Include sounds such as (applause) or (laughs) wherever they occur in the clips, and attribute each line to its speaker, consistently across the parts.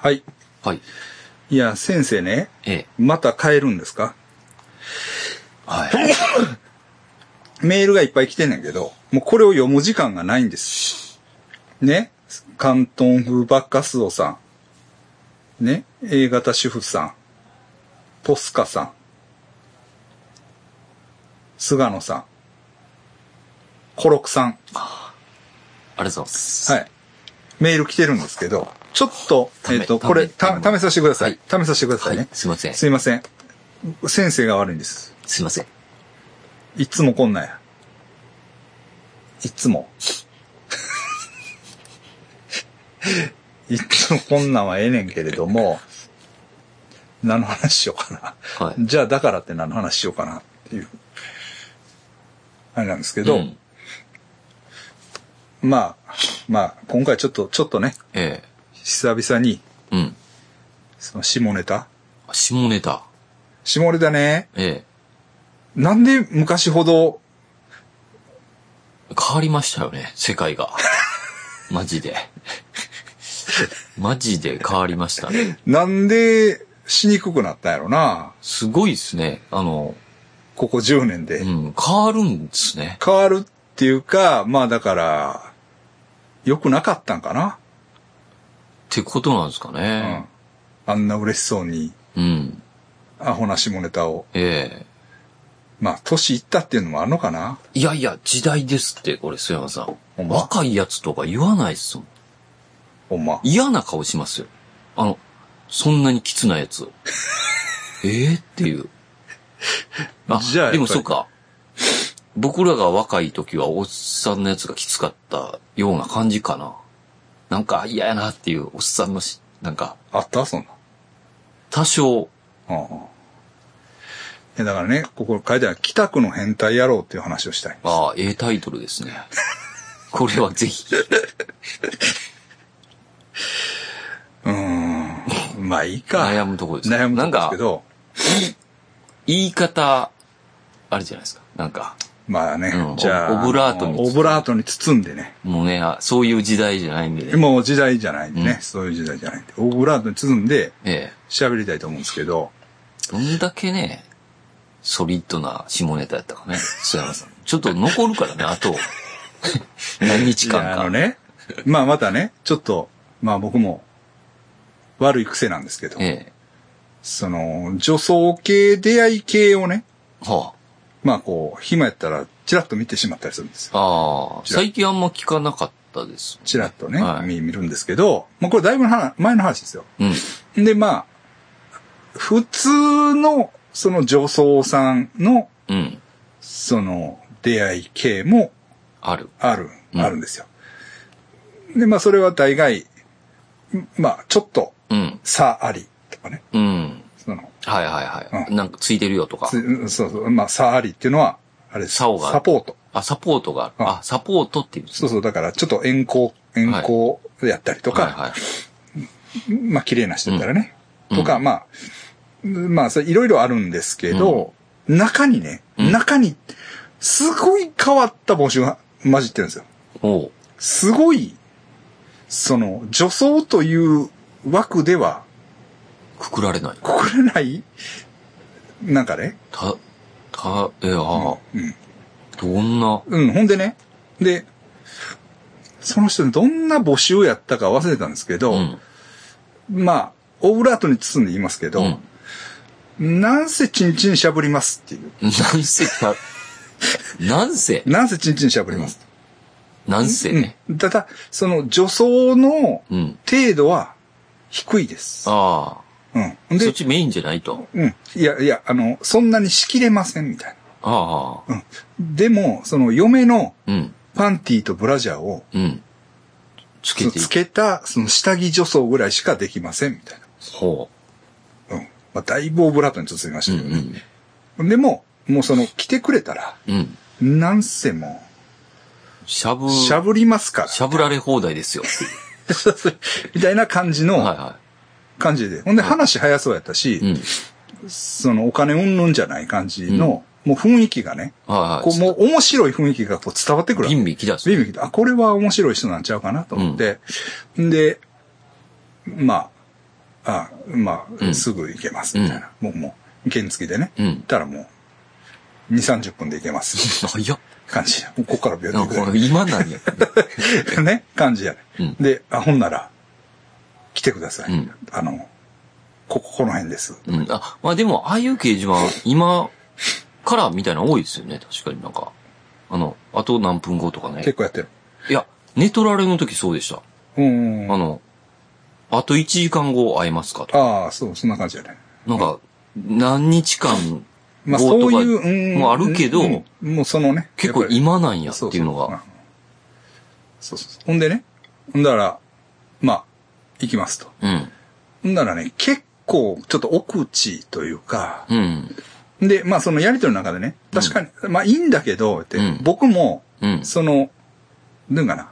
Speaker 1: はい。
Speaker 2: はい。
Speaker 1: いや、先生ね、
Speaker 2: ええ。
Speaker 1: また変えるんですか
Speaker 2: はい。
Speaker 1: メールがいっぱい来てんねんけど、もうこれを読む時間がないんです。ね。関東風バッカスオさん。ね。A 型主婦さん。ポスカさん。菅野さん。コロクさん。
Speaker 2: ありがとうございます。
Speaker 1: はい。メール来てるんですけど、ちょっと、
Speaker 2: た
Speaker 1: え
Speaker 2: め
Speaker 1: っ、と、
Speaker 2: ため
Speaker 1: これ、た試させてください。試させてくださ
Speaker 2: はいい。
Speaker 1: ね。
Speaker 2: すいません。
Speaker 1: すいません。先生が悪いんです。
Speaker 2: すいません。
Speaker 1: いっつもこんなんや。いっつも。いっつもこんなんはええねんけれども、何の話しようかな。
Speaker 2: はい
Speaker 1: じゃあだからって何の話しようかなっていう。あれなんですけど、
Speaker 2: ん
Speaker 1: まあ、まあ、今回ちょっと、ちょっとね、
Speaker 2: え
Speaker 1: 久々に、
Speaker 2: え。うん。
Speaker 1: その下ネタ
Speaker 2: 下ネタ。
Speaker 1: 下ネタね、
Speaker 2: え
Speaker 1: なんで昔ほど、
Speaker 2: え。変わりましたよね、世
Speaker 1: (laughs)
Speaker 2: 界が。マジで。マジで変わりましたね。
Speaker 1: なんでしにくくなったんやろな。
Speaker 2: すごいですね。あの、
Speaker 1: ここ10年で。
Speaker 2: うん、変わるんですね。
Speaker 1: 変わるっていうか、まあだから、良くなかったんかな。
Speaker 2: ってことなんですか
Speaker 1: うん
Speaker 2: ね。。
Speaker 1: あんな嬉しそうに、
Speaker 2: うん。
Speaker 1: アホな下ネタを。
Speaker 2: ええ。
Speaker 1: まあ、年いったっていうのもあるのかな。
Speaker 2: いやいや、時代ですって、これ、須山さ
Speaker 1: ほん
Speaker 2: ん。
Speaker 1: ま
Speaker 2: 若いやつとか言わないっすもん。
Speaker 1: ほんま。
Speaker 2: 嫌な顔しますよ。あの、そんなにきつなやつを。 (laughs) ええっていう。あ、
Speaker 1: じゃあやっぱり
Speaker 2: でもそうか。僕らが若い時はおっさんのやつがきつかったような感じかな。なんか嫌やなっていうおっさんのし、なんか、
Speaker 1: あったそんな。
Speaker 2: 多少、
Speaker 1: うんうん。いやだからね、ここ書いてある、北区の変態野郎っていう話をしたい。
Speaker 2: ああ、ええタイトル
Speaker 1: (laughs)
Speaker 2: ですね。これはぜひ。
Speaker 1: うーん。まあいいか。
Speaker 2: 悩むとこですね
Speaker 1: 悩むとこですけど、
Speaker 2: 言い方、あるじゃないですか。なんか、
Speaker 1: まあね、
Speaker 2: うん
Speaker 1: じゃあ、
Speaker 2: オブラートに包んで
Speaker 1: オブラートに包んでね。
Speaker 2: もうね、あそういう時代じゃないんでね。
Speaker 1: もう時代じゃないんでね、
Speaker 2: うん
Speaker 1: そういう時代じゃないんで。オブラートに包んで
Speaker 2: ええ。
Speaker 1: 喋りたいと思うんですけど、
Speaker 2: どんだけね、ソリッドな下ネタやったかね、須山さん。ちょっと残るか
Speaker 1: (laughs)
Speaker 2: らね、あと、何日間
Speaker 1: いや
Speaker 2: か。
Speaker 1: あの
Speaker 2: (laughs)
Speaker 1: ね、まあまたね、ちょっと、まあ僕も悪い癖なんですけど、
Speaker 2: ええ。
Speaker 1: その、女装系、出会い系をね、
Speaker 2: は
Speaker 1: まあこう、暇やったらチラッと見てしまったりするんですよ。
Speaker 2: あ。ああ、
Speaker 1: ちら
Speaker 2: 最近あんま聞かなかったです。
Speaker 1: チラッとね、
Speaker 2: はい
Speaker 1: 見見るんですけど、まあこれだいぶは前の話ですよ。
Speaker 2: うん。
Speaker 1: でまあ、普通のその女装さんの
Speaker 2: うん。
Speaker 1: その出会い系も
Speaker 2: ある。
Speaker 1: ある、
Speaker 2: うん
Speaker 1: あるんですよ。でまあそれは大概、んまあちょっと
Speaker 2: うん。
Speaker 1: 差ありとかね、
Speaker 2: うん。
Speaker 1: その、
Speaker 2: はいはいはい。
Speaker 1: う
Speaker 2: なんかついてるよとか
Speaker 1: つ。うんそうそう。まあ、サーリっていうのは、あれです、
Speaker 2: 竿が
Speaker 1: サポート。
Speaker 2: あ、サポートがある。
Speaker 1: うん
Speaker 2: あ、サポートっていうんです
Speaker 1: そう
Speaker 2: ね。
Speaker 1: そう。だから、ちょっと遠行、遠行やったりとか、
Speaker 2: はいはい。
Speaker 1: まあ、綺麗な人やったらね。
Speaker 2: うん
Speaker 1: とか、まあ、まあ、それいろいろあるんですけど、中にね、
Speaker 2: うん
Speaker 1: 中に、すごい変わった帽子が混じってるんですよ。
Speaker 2: おう。
Speaker 1: すごい、その、女装という枠では、
Speaker 2: くくられない。
Speaker 1: くくれない、なんかね。
Speaker 2: た、た、え、ああ、
Speaker 1: うん。
Speaker 2: どんな、
Speaker 1: うん、ほんでね。で、その人どんな募集をやったか忘れたんですけど、
Speaker 2: うん。
Speaker 1: まあ、オブラートに包んで言いますけど、
Speaker 2: うん。
Speaker 1: なんせチンチンしゃぶりますっていう。
Speaker 2: なんせた、なんせ、
Speaker 1: なんせチンチンしゃぶります。
Speaker 2: なんせね。
Speaker 1: うん、ただ、その女装の
Speaker 2: うん。
Speaker 1: 程度は低いです。
Speaker 2: あ
Speaker 1: うん。
Speaker 2: あ。そっ
Speaker 1: で、
Speaker 2: ちメインじゃないと。
Speaker 1: うん。いやいや、あの、そんなにしきれませんみたい
Speaker 2: ああ。
Speaker 1: な。うん。でも、その嫁の
Speaker 2: うん。
Speaker 1: パンティーとブラジャーを
Speaker 2: うん。つけ
Speaker 1: つ
Speaker 2: てい
Speaker 1: つ
Speaker 2: く。
Speaker 1: けた、その下着女装ぐらいしかできませんみたいな。
Speaker 2: ほ
Speaker 1: うん。まあ、だいぶオブラートに包みまし
Speaker 2: う。う
Speaker 1: た
Speaker 2: ん
Speaker 1: けどね。でも、もうその、来てくれたら、
Speaker 2: うん。うん。
Speaker 1: なんせも
Speaker 2: しゃぶ、
Speaker 1: う、し
Speaker 2: し
Speaker 1: ゃ
Speaker 2: ゃ
Speaker 1: ぶりますから、
Speaker 2: ぶられ放題
Speaker 1: (laughs)
Speaker 2: ですよ。
Speaker 1: みたいな感じ
Speaker 2: は
Speaker 1: の
Speaker 2: いは
Speaker 1: 感じで。ほんで、話早そうやったし、
Speaker 2: い。うん。
Speaker 1: その、お金うんぬんじゃない感じの、もう雰囲気がね、
Speaker 2: はいはい。
Speaker 1: こう、もう面白い雰囲気がこう伝わってくるわ
Speaker 2: ビ
Speaker 1: け。
Speaker 2: ンビン来だす。
Speaker 1: ビビビビあ、これは面白い人なんちゃうかなと思って、んで、まあ、あま
Speaker 2: う
Speaker 1: あ、
Speaker 2: ん
Speaker 1: すぐ行けます、みたいな。もう、もう、原付でね。
Speaker 2: うん
Speaker 1: 行ったらもう、2、30分で行けます。
Speaker 2: あ、いや、
Speaker 1: 感じや。もうここから病院行
Speaker 2: なんか今なんや。
Speaker 1: く (laughs) ね、感じやね。
Speaker 2: うん
Speaker 1: で、あ、ほんなら、来てください。
Speaker 2: うん
Speaker 1: あの、ここ、この辺です。
Speaker 2: うん。あ、まあでも、ああいう掲示板、今からみたいなの多いですよね。確かになんか。あの、あと何分後とかね。
Speaker 1: 結構やってる。
Speaker 2: いや、寝取られの時そうでした。
Speaker 1: うん。
Speaker 2: あの、あと1時間後会えますかとか。
Speaker 1: ああ、そう、そんな感じやね。
Speaker 2: なんか、何日間
Speaker 1: まあ、
Speaker 2: 後
Speaker 1: そ
Speaker 2: と
Speaker 1: う
Speaker 2: か
Speaker 1: いう、うん
Speaker 2: もあるけど、
Speaker 1: うんもうそのね。
Speaker 2: 結構
Speaker 1: やっぱり
Speaker 2: 今なんやっていうのが。。
Speaker 1: そうそうそうそうそうそう。ほんでね、ほんだら、まあ、行きますと。
Speaker 2: うん。
Speaker 1: ほんだらね、結構、ちょっと奥地というか、
Speaker 2: うん。
Speaker 1: で、まあそのやりとりの中でね、確かに、まあいいんだけど、って、
Speaker 2: うん
Speaker 1: 僕も、
Speaker 2: うん。
Speaker 1: その、なんかな、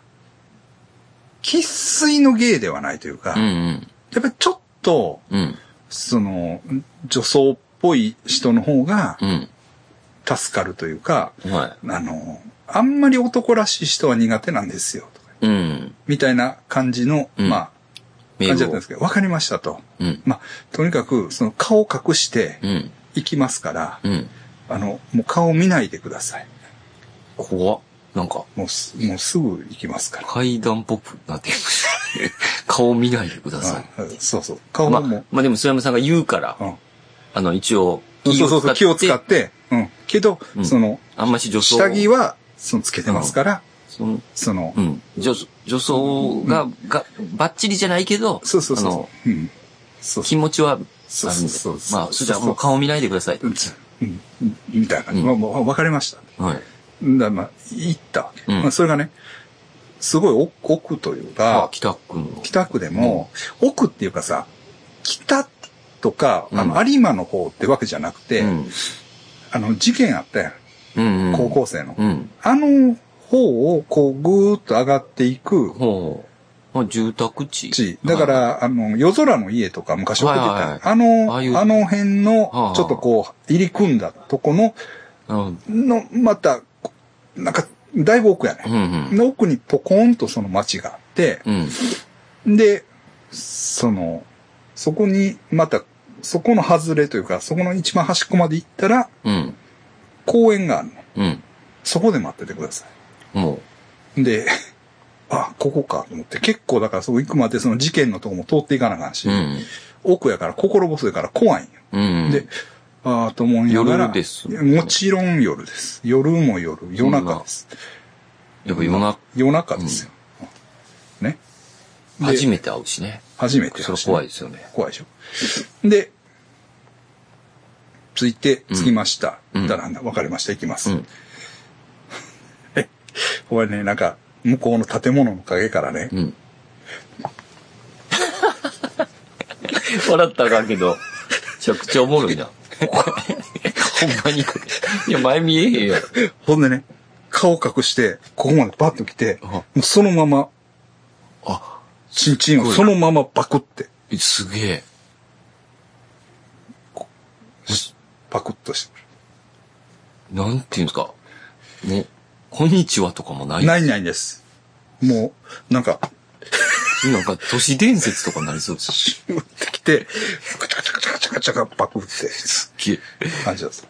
Speaker 1: 喫水の芸ではないというか、
Speaker 2: うん
Speaker 1: や
Speaker 2: うん。
Speaker 1: っぱりちょっと、
Speaker 2: うん。
Speaker 1: その、女装っぽい人の方が
Speaker 2: う
Speaker 1: 助かるというか、
Speaker 2: ん。は
Speaker 1: あの、あんまり男らしい人は苦手なんですよ、とか
Speaker 2: い。うん。
Speaker 1: みたいな感じの、
Speaker 2: うん
Speaker 1: まあ、
Speaker 2: メ
Speaker 1: 感じだっ
Speaker 2: ール
Speaker 1: たん
Speaker 2: を
Speaker 1: ですけど、わかりましたと。
Speaker 2: うん。
Speaker 1: まあ、とにかく、その顔隠して
Speaker 2: うん。
Speaker 1: 行きますから、
Speaker 2: うん。
Speaker 1: あの、もう顔見ないでください。
Speaker 2: 怖っ。なんか、
Speaker 1: もうす、もうすぐ行きますから。
Speaker 2: 階段っぽくなってきました。顔見ないでください。
Speaker 1: うんそうそう。顔
Speaker 2: ま
Speaker 1: も
Speaker 2: あ、
Speaker 1: もう、
Speaker 2: まあでも、菅山さんが言うから、
Speaker 1: うん
Speaker 2: あの、一応、
Speaker 1: そうそうそう、気を使っ。て、うん。けど、
Speaker 2: うん
Speaker 1: その、
Speaker 2: あんまし女装。
Speaker 1: 下着は、その、つけてますから、
Speaker 2: その
Speaker 1: その、
Speaker 2: うん。女装、女装が、が、ばっちりじゃないけど、
Speaker 1: そうそう
Speaker 2: あ
Speaker 1: そ
Speaker 2: の、
Speaker 1: う。うん。そう
Speaker 2: 気持ちは、
Speaker 1: そうそうそうそう
Speaker 2: あのまあ、それじゃあもう顔見ないでください。
Speaker 1: うんうん。うんみたいな感じ。
Speaker 2: うん
Speaker 1: まあ、もう、わかりました。
Speaker 2: はい。
Speaker 1: だまあ、行ったわけ。
Speaker 2: うん
Speaker 1: まあ、それがね、すごい奥奥というか、
Speaker 2: あ北くんの。
Speaker 1: 北区でも、奥っていうかさ、北とか、あの、
Speaker 2: う
Speaker 1: 有馬の方ってわけじゃなくて、
Speaker 2: うん。
Speaker 1: あの、事件あったやん。
Speaker 2: うん、うん。
Speaker 1: 高校生の。
Speaker 2: うん。
Speaker 1: あの方を、こう、ぐーっと上がっていく
Speaker 2: ほう。まあ、住宅地。
Speaker 1: 地。だか
Speaker 2: はい、
Speaker 1: ら、あの、夜空の家とか昔送ってた、
Speaker 2: はいはいはい
Speaker 1: あ
Speaker 2: ああいう
Speaker 1: の、あの辺
Speaker 2: はあ
Speaker 1: の
Speaker 2: は、あ
Speaker 1: ちょっとこう、入り組んだとこの、
Speaker 2: うん。
Speaker 1: の、また、なんか、だいぶ奥や
Speaker 2: う
Speaker 1: ね。
Speaker 2: ん。
Speaker 1: の奥にポコンとその町があって、
Speaker 2: うん。
Speaker 1: で、その、そこに、また、そこの外れというか、そこの一番端っこまで行ったら、
Speaker 2: うん。
Speaker 1: 公園があるの。
Speaker 2: うん。
Speaker 1: そこで待っててくださ
Speaker 2: も
Speaker 1: い。で、あ、ここかと思って、結構だからそこ行くまでその事件のとこも通っていかなあかんし、
Speaker 2: う。うん。
Speaker 1: 奥やから心細いから怖いんよ。
Speaker 2: うん。
Speaker 1: で、ああ、と思いながら。
Speaker 2: 夜ですね
Speaker 1: もちろん夜です。夜も夜、夜中です。
Speaker 2: やっぱ夜中、
Speaker 1: 夜中ですよ。ね。で
Speaker 2: 初めて会うしね。
Speaker 1: 初めて
Speaker 2: それ怖い
Speaker 1: い。
Speaker 2: ですよね。
Speaker 1: 怖いでしょ。で、着いて、
Speaker 2: うん
Speaker 1: 着きました。
Speaker 2: うん
Speaker 1: だらんだ。わかりました。行きま
Speaker 2: う
Speaker 1: す。
Speaker 2: ん。
Speaker 1: これね、なんか、向こうの建物の陰からね、
Speaker 2: うん。 (laughs) 笑ったらあかんけど、めちゃくちゃおもろ
Speaker 1: (laughs)
Speaker 2: いな。ほんまに。いや、前見えへんやろ。
Speaker 1: ほんでね、顔隠して、ここまでバッと来て、
Speaker 2: あ
Speaker 1: もうそのまま、
Speaker 2: あ、
Speaker 1: チンチンを
Speaker 2: すご
Speaker 1: そ
Speaker 2: い
Speaker 1: のままパクって、
Speaker 2: すげえ。
Speaker 1: パクっとして。
Speaker 2: なんていうんですか。ね、こんにちはとかもない。
Speaker 1: ないないです。もう、なんか、
Speaker 2: なんか都市伝説とかになりそうです。
Speaker 1: シューってきて、カチャカチャカチャカチャカチャパクって、
Speaker 2: すっげえ
Speaker 1: 感じなんですよ。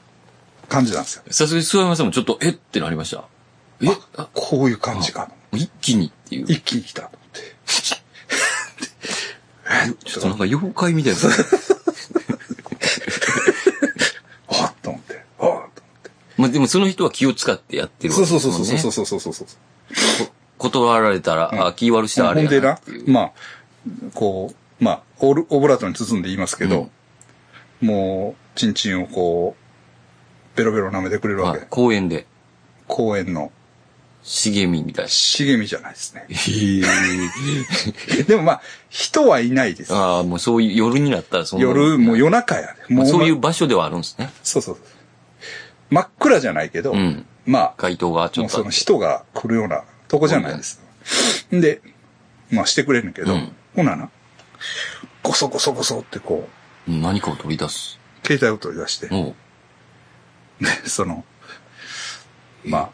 Speaker 1: 感じなんですよ。
Speaker 2: さすがに菅山さんもちょっと、えってなりました。えあ
Speaker 1: こういう感じか。
Speaker 2: 一気にっていう。
Speaker 1: 一気に来たと思って。
Speaker 2: ちょっとなんか妖怪み
Speaker 1: (laughs)
Speaker 2: たいな。
Speaker 1: あっと思って。あっと思って。
Speaker 2: まあでもその人は気を使ってやってるわけ
Speaker 1: そう
Speaker 2: です
Speaker 1: そ
Speaker 2: も
Speaker 1: うんそう
Speaker 2: ね。
Speaker 1: そうそうそうそうそうそう。
Speaker 2: 断られたら、あ、気悪したらあ
Speaker 1: ほ
Speaker 2: れ
Speaker 1: んで
Speaker 2: やな
Speaker 1: な
Speaker 2: っていう。、
Speaker 1: まあ、こう、まあ、オルオブラートに包んで言いますけど、もう、チンチンをこう、ベロベロ舐めてくれるわ
Speaker 2: は
Speaker 1: け
Speaker 2: い。公園で、
Speaker 1: 公園の
Speaker 2: 茂みみたいな。。
Speaker 1: 茂みじゃないですね
Speaker 2: へ
Speaker 1: (laughs)
Speaker 2: え。
Speaker 1: でもまあ、人はいないです。
Speaker 2: (laughs) ああ、もうそういう、夜になったらそんな。
Speaker 1: 夜、もう夜中やで。も
Speaker 2: まあ
Speaker 1: う、
Speaker 2: そういう場所ではあるんですね。
Speaker 1: そうそう。真っ暗じゃないけど、
Speaker 2: うん。
Speaker 1: まあ、
Speaker 2: 街灯がちょ
Speaker 1: も
Speaker 2: っ
Speaker 1: う
Speaker 2: と
Speaker 1: そ
Speaker 2: あっ
Speaker 1: の
Speaker 2: て。
Speaker 1: 人が来るようなとこじゃないです。で、まあしてくれるんけど、
Speaker 2: うん
Speaker 1: ほなな、ごそごそごそってこう、
Speaker 2: うん何かを取り出す。
Speaker 1: 携帯を取り出して、
Speaker 2: も
Speaker 1: で、 (laughs) その、ま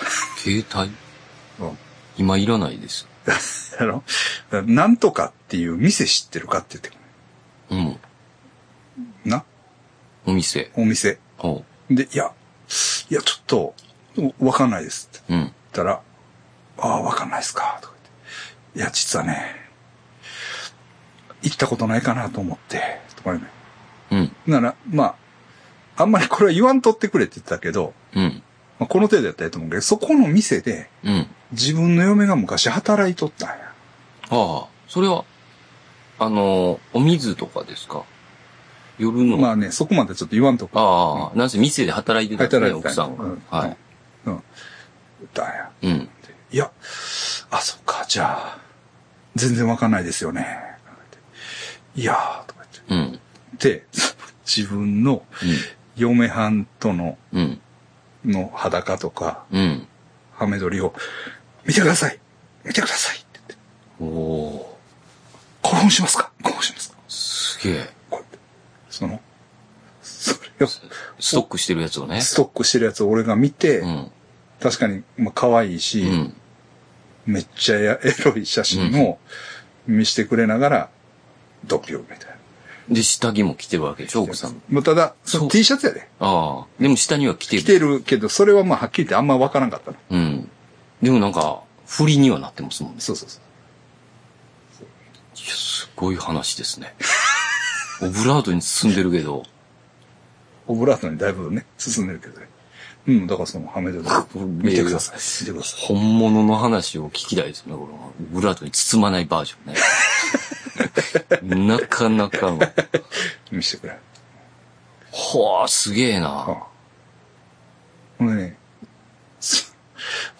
Speaker 2: う、携帯
Speaker 1: あ、うん
Speaker 2: 今いらないです。
Speaker 1: あの、なんとかっっていう店知ってるかって言ってく
Speaker 2: うん。
Speaker 1: るな、
Speaker 2: お店。
Speaker 1: お店。
Speaker 2: おう。
Speaker 1: で、いや、いや、ちょっと、おわかんないですって
Speaker 2: うん。
Speaker 1: 言ったら、ああ、わかんないですか、とか言って。いや、実はね、行ったことないかなと思って、とかね。
Speaker 2: うん。
Speaker 1: なら、まあ、あんまりこれは言わんとってくれって言ってたけど、
Speaker 2: うん。
Speaker 1: まあ、この程度やったらいいと思うけど、そこの店で
Speaker 2: うん。
Speaker 1: 自分の嫁が昔働いとったんや。
Speaker 2: ああ、それは、あの、お水とかですか夜の。
Speaker 1: まあね、そこまでちょっと言わんとこ
Speaker 2: ああ、なんせ店で働いてたんですね、
Speaker 1: 働いて
Speaker 2: 奥
Speaker 1: た
Speaker 2: さ
Speaker 1: ん
Speaker 2: ん
Speaker 1: や
Speaker 2: は。
Speaker 1: うん
Speaker 2: は
Speaker 1: だや。
Speaker 2: い。うん。
Speaker 1: いや、あ、そっか、じゃあ、全然わかんないですよね。いやー、とか言
Speaker 2: うん。うん。
Speaker 1: って。で、自分の嫁はんとの、
Speaker 2: うん。
Speaker 1: の裸とか、
Speaker 2: うん。
Speaker 1: ハメ撮りを、見てください見てくださいって言って、
Speaker 2: おお
Speaker 1: 興奮しますか興奮しますか
Speaker 2: ーすげえ。
Speaker 1: こうやって。その、それを、
Speaker 2: ストックしてるやつをね。
Speaker 1: ストックしてるやつを俺が見て、
Speaker 2: うん。
Speaker 1: 確かに、まあ、可愛いし、
Speaker 2: うん。
Speaker 1: めっちゃやエロい写真を見せてくれながら、ドッピョみたいな。
Speaker 2: で、下着も着てるわけでしょ、奥さんも。
Speaker 1: まあ、ただ、そ
Speaker 2: そ
Speaker 1: の
Speaker 2: う
Speaker 1: T シャツやで。
Speaker 2: ああ、でも下には着てる。
Speaker 1: 着てるけど、それはまあ、はっきり言ってあんまわからんかったの。
Speaker 2: うん。でもなんか、振りにはなってますもんね。
Speaker 1: そうそうそう。
Speaker 2: いや、すごい話ですね。オブラートに包んでるけど、
Speaker 1: オブラートにだいぶね、進んでるけどね。うん、だからその、ハメで見てください。見てください。
Speaker 2: 本物の話を聞きたいですね、この、ブラートに包まないバージョンね。なかなかの。
Speaker 1: 見せてくれ。
Speaker 2: ほあ、すげえ
Speaker 1: あ
Speaker 2: な。
Speaker 1: ほんでね、す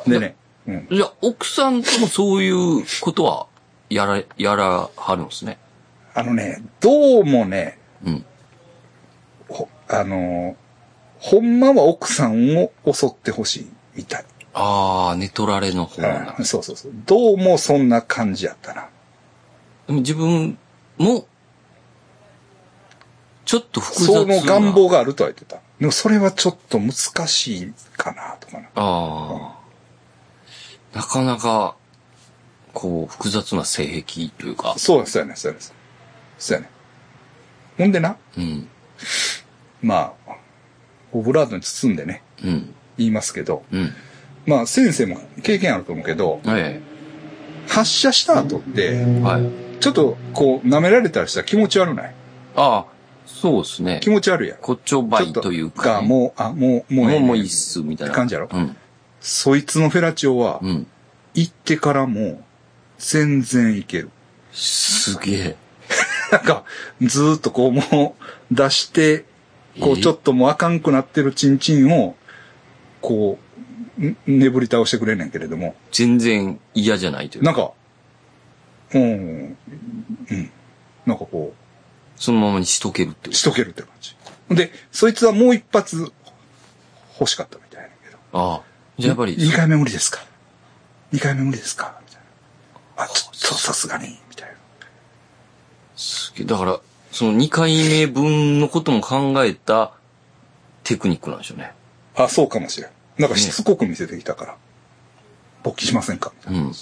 Speaker 1: でね、うん。
Speaker 2: じゃあ、奥さんともそういうことは、やら、やらはるんですね。
Speaker 1: あのね、どうもね、
Speaker 2: うん。
Speaker 1: ほあのーほんまは奥さんを襲ってほしいみたい。
Speaker 2: ああ、寝取られの方なんだ
Speaker 1: うんそうそうそう。どうもそんな感じやったな。
Speaker 2: でも自分も、ちょっと複雑
Speaker 1: そ
Speaker 2: な。
Speaker 1: の願望があるとは言ってた。でもそれはちょっと難しいかな、とかな。
Speaker 2: ああ。なかなか、こう、複雑な性癖というか。
Speaker 1: そうですよね、そうです。そうやね。ほんでな、
Speaker 2: うん。
Speaker 1: まあ、オブラートに包んでね、
Speaker 2: うん。
Speaker 1: 言いますけど、
Speaker 2: うん。
Speaker 1: まあ先生も経験あると思うけど、
Speaker 2: え
Speaker 1: 発射した後って、
Speaker 2: え。はい。
Speaker 1: ちょっとこう舐められたりしたら気持ち悪ない
Speaker 2: ああ、そうですね
Speaker 1: 気。持ち悪いやん。
Speaker 2: こっちょば
Speaker 1: ちょ
Speaker 2: い
Speaker 1: っと
Speaker 2: というか、
Speaker 1: がもう、あ、もう、も
Speaker 2: も
Speaker 1: う
Speaker 2: う、
Speaker 1: ええねん
Speaker 2: もういいっす、みたいな。
Speaker 1: って感じやろ
Speaker 2: うん。
Speaker 1: そいつのフェラチオは
Speaker 2: う、ん。
Speaker 1: 行ってからも、全然いける。
Speaker 2: すげえ。
Speaker 1: なんか、ずーっとこう、もう、出して、こう、
Speaker 2: え
Speaker 1: ちょっともうあかんくなってるチンチンを、こう、んねぶり倒してくれんねんけれども、
Speaker 2: 全然嫌じゃないという
Speaker 1: な
Speaker 2: か、
Speaker 1: んか、うん、うん、なんかこ
Speaker 2: そのままにしとけるって
Speaker 1: う、
Speaker 2: こ
Speaker 1: しとけるって感じ。で、そいつはもう一発、欲しかったみたいなんやけど。
Speaker 2: と。ああ。じゃあやっぱり、
Speaker 1: 2回目無理ですか ?2 回目無理ですかみたいな。あ、ちょっとさすがに、みたいな。
Speaker 2: すげえだから、その2回目分のことも考えたテクニックなんでしょうね。
Speaker 1: あ、そうかもしれん。なんかしつこく見せてきたから。勃起しませんかみたいな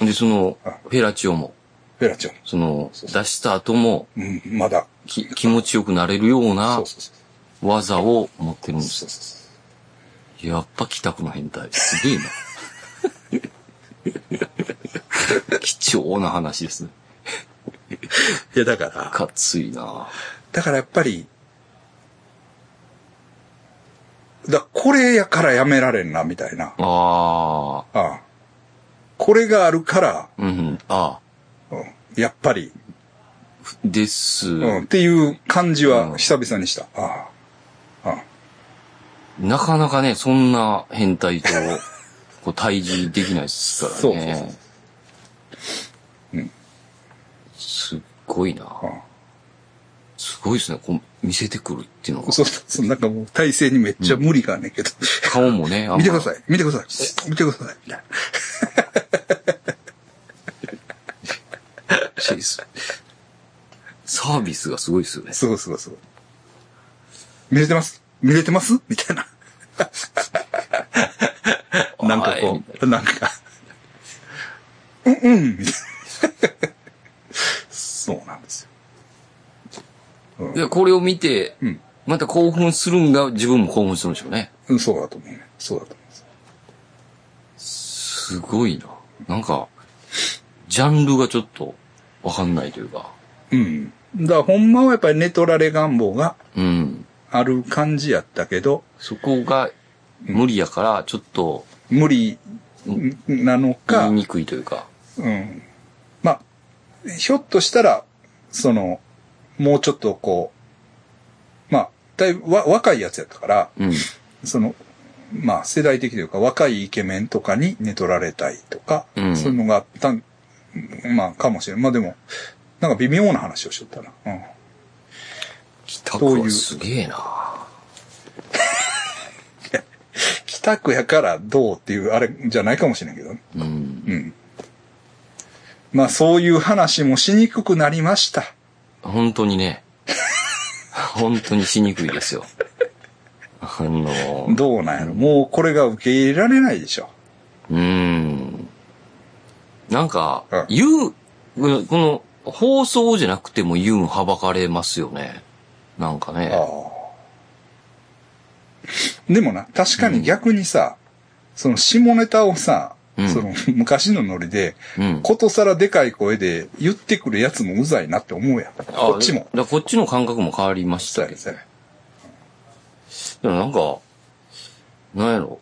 Speaker 2: うん。で、その、フェラチオも、
Speaker 1: フェラチオン。
Speaker 2: その、
Speaker 1: そうそう
Speaker 2: 出した後も、
Speaker 1: うん、まだ。
Speaker 2: き気持ちよくなれるような
Speaker 1: そうそうそう。
Speaker 2: 技を持ってるんで
Speaker 1: そ
Speaker 2: す。
Speaker 1: うそうそう
Speaker 2: やっぱ帰宅の変態。すげえな。貴重な (laughs) 話ですね。
Speaker 1: いや、だから、
Speaker 2: かついな
Speaker 1: だからやっぱり、だこれやからやめられんな、みたいな。
Speaker 2: ああ。
Speaker 1: ああこれがあるから、
Speaker 2: うんうん。ああ。
Speaker 1: うんやっぱり、
Speaker 2: です。
Speaker 1: うん、っていう感じ
Speaker 2: う
Speaker 1: は
Speaker 2: ん
Speaker 1: 久々にした。ああああ
Speaker 2: なかなかね、そんな変態
Speaker 1: (laughs)
Speaker 2: と、こう、対峙できないですからね。
Speaker 1: そうそうそううん
Speaker 2: すっごいな
Speaker 1: あ
Speaker 2: すごいですね。こう、見せてくるっていうのが。
Speaker 1: そうそう、なんかもう体勢にめっちゃ無理があんねんけど。
Speaker 2: 顔も
Speaker 1: (laughs)
Speaker 2: ね、あんま
Speaker 1: 見てください、見てください、見てください、みたいな。
Speaker 2: シェイスサービスがすごいですよね。
Speaker 1: すごいすごいすごい。見れてます見れてますみたいな。なんかこう、なんか、うんうん、みたいな。うん
Speaker 2: でこれを見て、
Speaker 1: うん
Speaker 2: また興奮するんが自分も興奮するんでしょうね。
Speaker 1: うん。そうだと思うね。そうだと思います。
Speaker 2: すごいな。なんか、ジャンルがちょっとわかんないというか。
Speaker 1: うん。だから、ほんまはやっぱり寝取られ願望が
Speaker 2: うん。
Speaker 1: ある感じやったけど、
Speaker 2: そこが無理やから、ちょっと
Speaker 1: 無理なの
Speaker 2: 言
Speaker 1: か
Speaker 2: い、にくいというか。
Speaker 1: うん。まあ、ひょっとしたら、その、もうちょっとこう、まあ、だいぶわ若いやつやったから、
Speaker 2: うん。
Speaker 1: その、まあ、世代的というか、若いイケメンとかに寝取られたいとか、
Speaker 2: うん
Speaker 1: そういうのがあったん、まあ、かもしれない。まあでも、なんか微妙な話をしとったな。うん。
Speaker 2: 北
Speaker 1: そう
Speaker 2: 区
Speaker 1: い
Speaker 2: は
Speaker 1: う
Speaker 2: すげえな。
Speaker 1: 北区やからどうっていう、あれじゃないかもしれんけどね。
Speaker 2: うん。
Speaker 1: うん。まあ、そういう話もしにくくなりました。
Speaker 2: 本当にね。本当にしにくいですよ。あの、
Speaker 1: どうなんやろもうこれが受け入れられないでしょ。
Speaker 2: うーん。なんか
Speaker 1: うん、
Speaker 2: 言う、この、放送じゃなくても言うんはばかれますよね。なんかね。
Speaker 1: ああ。でもな、確かに逆にさ、その下ネタをさ、
Speaker 2: うん
Speaker 1: その昔のノリで、
Speaker 2: うん。
Speaker 1: ことさらでかい声で言ってくるやつもうざいなって思うやん。こっち
Speaker 2: あ
Speaker 1: も。。
Speaker 2: だからこっちの感覚も変わりまし
Speaker 1: そう
Speaker 2: た
Speaker 1: やね、
Speaker 2: けど。
Speaker 1: そうやね。
Speaker 2: でもなんか、なんやろ。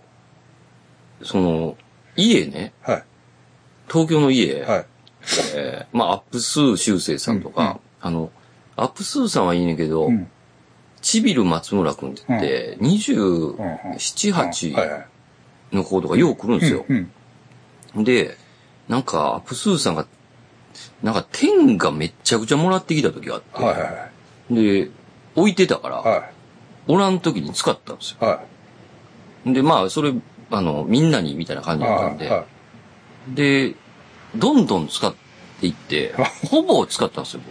Speaker 2: その、家ね、
Speaker 1: は
Speaker 2: 東京の家、
Speaker 1: い。はい。
Speaker 2: えーまあ、アップスー修正さんと
Speaker 1: うんう
Speaker 2: か
Speaker 1: ん、
Speaker 2: あの、アップスーさんはいいねんけど、
Speaker 1: うん。
Speaker 2: ちびる松村くんって言って、27、
Speaker 1: はい
Speaker 2: 8
Speaker 1: はい。
Speaker 2: の子とかよう来るんですよ。
Speaker 1: うん。
Speaker 2: で、なんか、アップスーさんが、なんか、天がめっちゃくちゃもらってきた時があって、
Speaker 1: はいは
Speaker 2: で、置いてたから、
Speaker 1: い。は
Speaker 2: おらん時に使ったんですよ。
Speaker 1: い。は
Speaker 2: で、まあ、それ、あの、みんなに、みたいな感
Speaker 1: い。
Speaker 2: じだったん
Speaker 1: はい。
Speaker 2: で、
Speaker 1: は
Speaker 2: で、どんどん使って
Speaker 1: (laughs)
Speaker 2: いって、ほぼ使ったんですよ、
Speaker 1: い。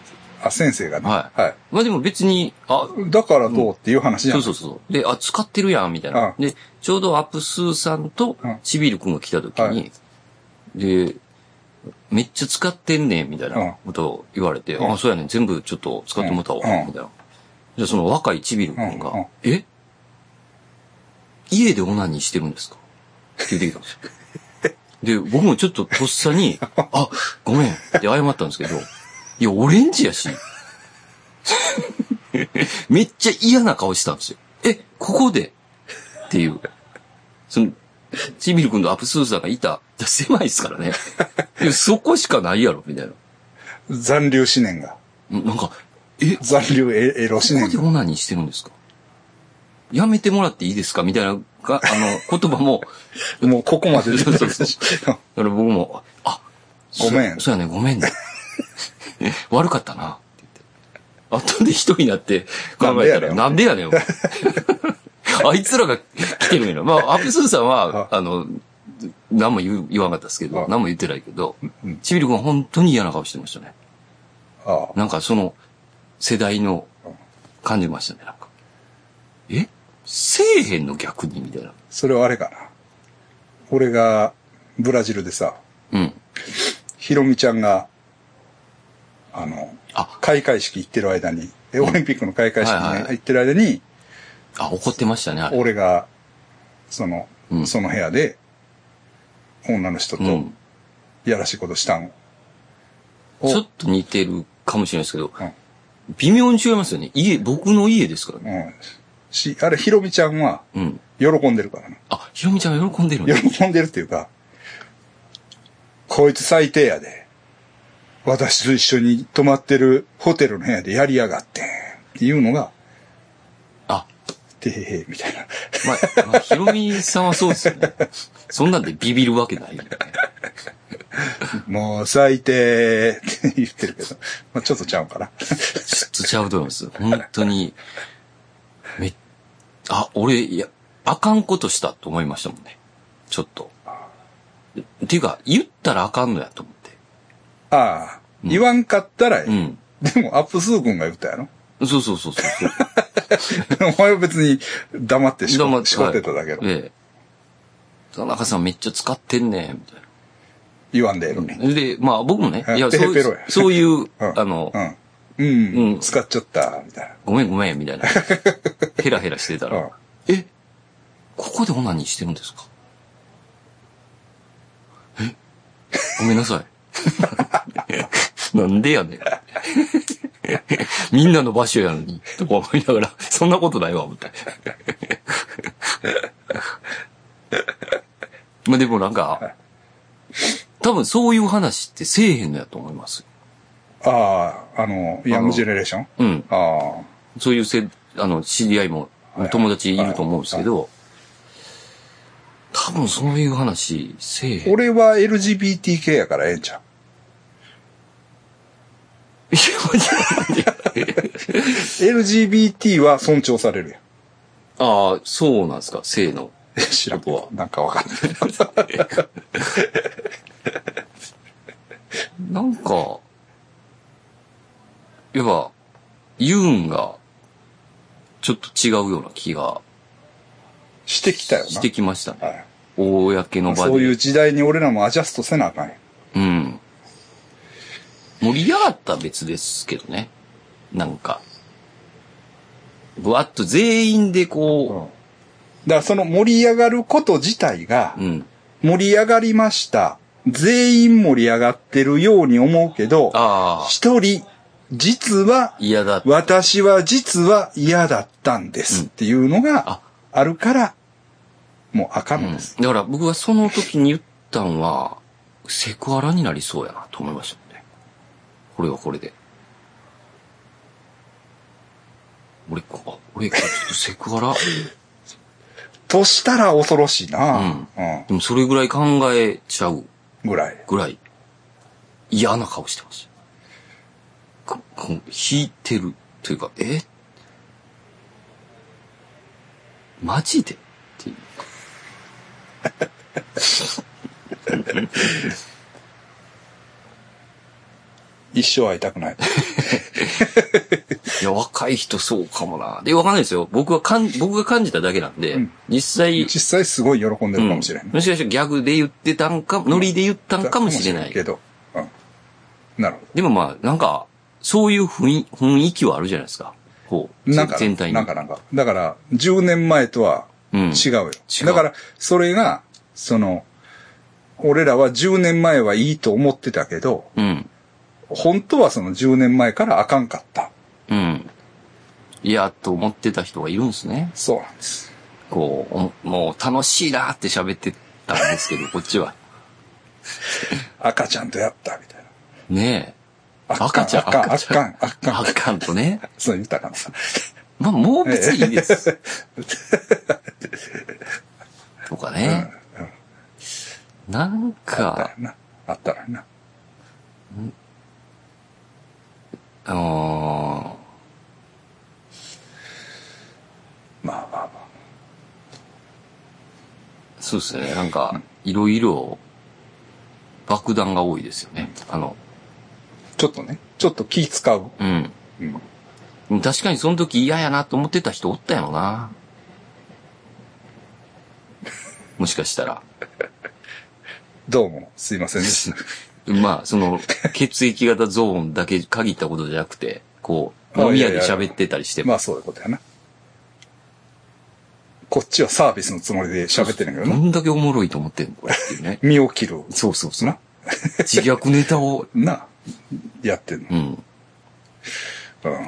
Speaker 1: あ、先生がね。
Speaker 2: は
Speaker 1: は
Speaker 2: 僕。まあでも別に、あ、
Speaker 1: い。だからどうっていう話じゃ
Speaker 2: そ
Speaker 1: ん。
Speaker 2: うそうそう。で、あ、使ってるやん、みたい
Speaker 1: ああ
Speaker 2: な。で、ちょうどアップスーさんと
Speaker 1: うん
Speaker 2: ちびるくんが来た時
Speaker 1: は
Speaker 2: に、で、めっちゃ使ってんねん、みたい
Speaker 1: うん
Speaker 2: なことを言われて、
Speaker 1: うん
Speaker 2: あ、そうやねん、全部ちょっと使ってもらったわ、
Speaker 1: うん
Speaker 2: みたいな。じゃその若いちびるくん
Speaker 1: うんうん
Speaker 2: が、え家でオナニーしてるんですかって言ってきた
Speaker 1: (laughs)
Speaker 2: んですよ。で、僕もちょっととっさに、あ、ごめんって謝ったんですけど、いや、オレンジやし。 (laughs) めっちゃ嫌な顔したんですよ。え、ここでっていう。その、ちびる君とアプスーさんがいた、いや狭いですからね。いやそこしかないやろ、みたいな。
Speaker 1: 残留思念が。
Speaker 2: なんか、え、こ
Speaker 1: 残留エエロ思
Speaker 2: こ
Speaker 1: 念
Speaker 2: で
Speaker 1: が。
Speaker 2: オナニーしてるんですかやめてもらっていいですかみたいなが、あの、言葉も、 (laughs)
Speaker 1: もうここまで出てる
Speaker 2: そうそうだから僕も、あ、
Speaker 1: ごめん
Speaker 2: そそうやね、ごめんね。 (laughs) 悪かったな。って言って後で一人になって考えたら、な
Speaker 1: なん
Speaker 2: でやねん。
Speaker 1: (laughs)
Speaker 2: あいつらが来てるんやろ。まあ、アップスーさ
Speaker 1: (laughs)
Speaker 2: んは、あの、何も言う言わなかったですけ
Speaker 1: あ
Speaker 2: ど、何も言ってないけど
Speaker 1: うん、
Speaker 2: ちびるくんは本当に嫌な顔してましたね。
Speaker 1: (laughs) あ
Speaker 2: なんかその、世代の、感じましたね、なんか。えせえへんの逆にみたいな。
Speaker 1: それはあれかな。俺が、ブラジルでさ、
Speaker 2: うん。
Speaker 1: ひろみちゃんが、あの、
Speaker 2: あ、
Speaker 1: 開会式行ってる間に、えオリンピックの開会式に
Speaker 2: はい
Speaker 1: ね
Speaker 2: はい
Speaker 1: 行ってる間に、
Speaker 2: あ、怒ってましたね、あれ。
Speaker 1: 俺が、その
Speaker 2: う、ん
Speaker 1: その部屋で、女の人
Speaker 2: う
Speaker 1: と
Speaker 2: ん、。
Speaker 1: やらしいことしたんを、
Speaker 2: ちょっと似てるかもしれないですけど、
Speaker 1: うん
Speaker 2: 微妙に違いますよね。家、僕の家ですからね。
Speaker 1: うん。し、あれ、ひろみちゃんは、
Speaker 2: うん。
Speaker 1: 喜んでるからな。
Speaker 2: あ、ひろみちゃんが喜んでるんだ。
Speaker 1: 喜んでるっていうか、こいつ最低やで。私と一緒に泊まってるホテルの部屋でやりやがってん。っていうのが、
Speaker 2: あ、
Speaker 1: てへへ、みたいな。 (laughs)
Speaker 2: まあ、まあ、ひろみさんはそうですよね。そんなんでビビるわけないよね。
Speaker 1: もう最低って言ってるけど、まあ、ちょっとちゃうかな。
Speaker 2: ちょっとちゃうと思います。本当に、め、あ、俺、いや、あかんことしたと思いましたもんね。ちょっと。っていうか、言ったらあかんのやと思って。
Speaker 1: ああ、言わんかったらいい。
Speaker 2: うん。
Speaker 1: でも、アップスー君が言ったやろ
Speaker 2: そうそうそうそうそう。
Speaker 1: お前は別に黙って (laughs) しこ
Speaker 2: 黙って
Speaker 1: しこってただけど、
Speaker 2: ええ。田中さんめっちゃ使ってんねん、みたいな。
Speaker 1: 言わんでええのに。
Speaker 2: で、まあ僕もね、
Speaker 1: うん
Speaker 2: いや、そ
Speaker 1: (laughs)
Speaker 2: う
Speaker 1: ペロペ
Speaker 2: い
Speaker 1: ロ
Speaker 2: う
Speaker 1: や、
Speaker 2: そうい
Speaker 1: (laughs)
Speaker 2: う、
Speaker 1: うん
Speaker 2: あの
Speaker 1: う、ん。うん、
Speaker 2: うん
Speaker 1: 使っちゃった、みたい
Speaker 2: ごめんごめん、みたい
Speaker 1: (laughs)
Speaker 2: な。ヘラヘラしてた
Speaker 1: な。
Speaker 2: ら、えここでオナニーしてるんですかえごめんなさい。なんでやねん。みんなの場所やのに、とか思いながら、そんなことないわ、思って。まあでもなんか、多分そういう話ってせえへんのやと思います。
Speaker 1: ああ、あの、ヤングジェネレーション
Speaker 2: うん。
Speaker 1: あ
Speaker 2: そういうせ、あの、知り合いも
Speaker 1: はい、
Speaker 2: 友達いると思うんですけど、多分そういう話、せえ
Speaker 1: あ。
Speaker 2: (laughs) へん。
Speaker 1: 俺は LGBT 系やからええんちゃう
Speaker 2: いや待って待って
Speaker 1: LGBT は尊重されるやん
Speaker 2: ああ、そうなんですか、性の。
Speaker 1: え。
Speaker 2: (laughs)
Speaker 1: 知らん
Speaker 2: ここは
Speaker 1: なんかわかんない。
Speaker 2: なんか、やっぱ、ユーンが、ちょっと違うような気が
Speaker 1: してきたよな。
Speaker 2: してきましたね。
Speaker 1: はい
Speaker 2: 公の場で。
Speaker 1: そういう時代に俺らもアジャストせなあかんやん
Speaker 2: うん。盛り上がったら別ですけどね。なんか。ぶわっと全員で
Speaker 1: うん。
Speaker 2: こ
Speaker 1: だからその盛り上がること自体が
Speaker 2: う、、うん。
Speaker 1: 盛り上がりました。全員盛り上がってるように思うけど、
Speaker 2: ああ、
Speaker 1: 一人、実は、
Speaker 2: 嫌だ。
Speaker 1: 私は実は嫌だったんですっていうのが
Speaker 2: あ
Speaker 1: あるから、もう赤
Speaker 2: う
Speaker 1: の
Speaker 2: ん。
Speaker 1: で
Speaker 2: だ
Speaker 1: す。
Speaker 2: から僕はその時に言ったんは、セクハラになりそうやなと思いましたもんね。これはこれで。俺、こ俺、ちょっとセクハラ
Speaker 1: としたら恐ろしいな、うん
Speaker 2: でもそれぐらい考えちゃう
Speaker 1: ぐらい。
Speaker 2: ぐらい嫌な顔してました。ここ引いてるというか、えマジでっていう。
Speaker 1: 一生会いたくない。
Speaker 2: いや、若い人そうかもな。で、わかんないですよ。僕はかん、僕が感じただけなんで、
Speaker 1: うん
Speaker 2: 実際、
Speaker 1: 実際すごい喜んでるかもしれ
Speaker 2: うんん。もしかしたらギャグで言ってたんか、ノリで言ったんかもしれない。
Speaker 1: けど。うん。なるほ
Speaker 2: でもまあ、なんか、そういう雰囲雰囲気はあるじゃないですか。こう、
Speaker 1: ど。なんか、
Speaker 2: 全体に。
Speaker 1: なんかなんか。だから、10年前とは
Speaker 2: うん。
Speaker 1: 違うよ。
Speaker 2: 違う
Speaker 1: だから、それが、その、俺らは10年前はいいと思ってたけど、
Speaker 2: うん。
Speaker 1: 本当はその10年前からあかんかった。
Speaker 2: うん。いや、と思ってた人がいるんですね。
Speaker 1: そうなんです。
Speaker 2: こう、おもう楽しいなって喋ってたんで
Speaker 1: (laughs)
Speaker 2: すけど、こっちは。
Speaker 1: 赤ちゃんとやった、みたいな。
Speaker 2: ねえ。
Speaker 1: あっか
Speaker 2: 赤ちゃん、
Speaker 1: あっかん、あ
Speaker 2: 赤
Speaker 1: っ
Speaker 2: ちゃ
Speaker 1: か
Speaker 2: ん
Speaker 1: ん、。あっかん。
Speaker 2: 赤ちゃんとね。
Speaker 1: そう言ったかな。
Speaker 2: まあ、もう別にいいです。とかね。なん
Speaker 1: あった
Speaker 2: か、
Speaker 1: らな。 (laughs) あったらな。
Speaker 2: あの
Speaker 1: まあまあまあ。
Speaker 2: ーそうですね。なんか、いろいろ、爆弾が多いですよね。あの、
Speaker 1: ちょっとね、ちょっと気使う。
Speaker 2: うん。
Speaker 1: うん。
Speaker 2: 確かにその時嫌やなと思ってた人おったやろな。もしかした
Speaker 1: (laughs)
Speaker 2: ら。
Speaker 1: どうも、すいませんでした。
Speaker 2: まあ、その、血液型ゾーンだけ限ったことじゃなくて、こう、
Speaker 1: あ
Speaker 2: 飲み
Speaker 1: いや
Speaker 2: 屋で
Speaker 1: いやいや
Speaker 2: 喋ってたりして、
Speaker 1: まあそういうことやな。こっちはサービスのつもりで喋ってんだけど
Speaker 2: ど
Speaker 1: な。。
Speaker 2: んだけおもろいと思ってんのこれっていうね
Speaker 1: 身を切る。
Speaker 2: そうそうそう
Speaker 1: な。
Speaker 2: 自虐ネタを、
Speaker 1: な、やってんの。
Speaker 2: うん。
Speaker 1: うん。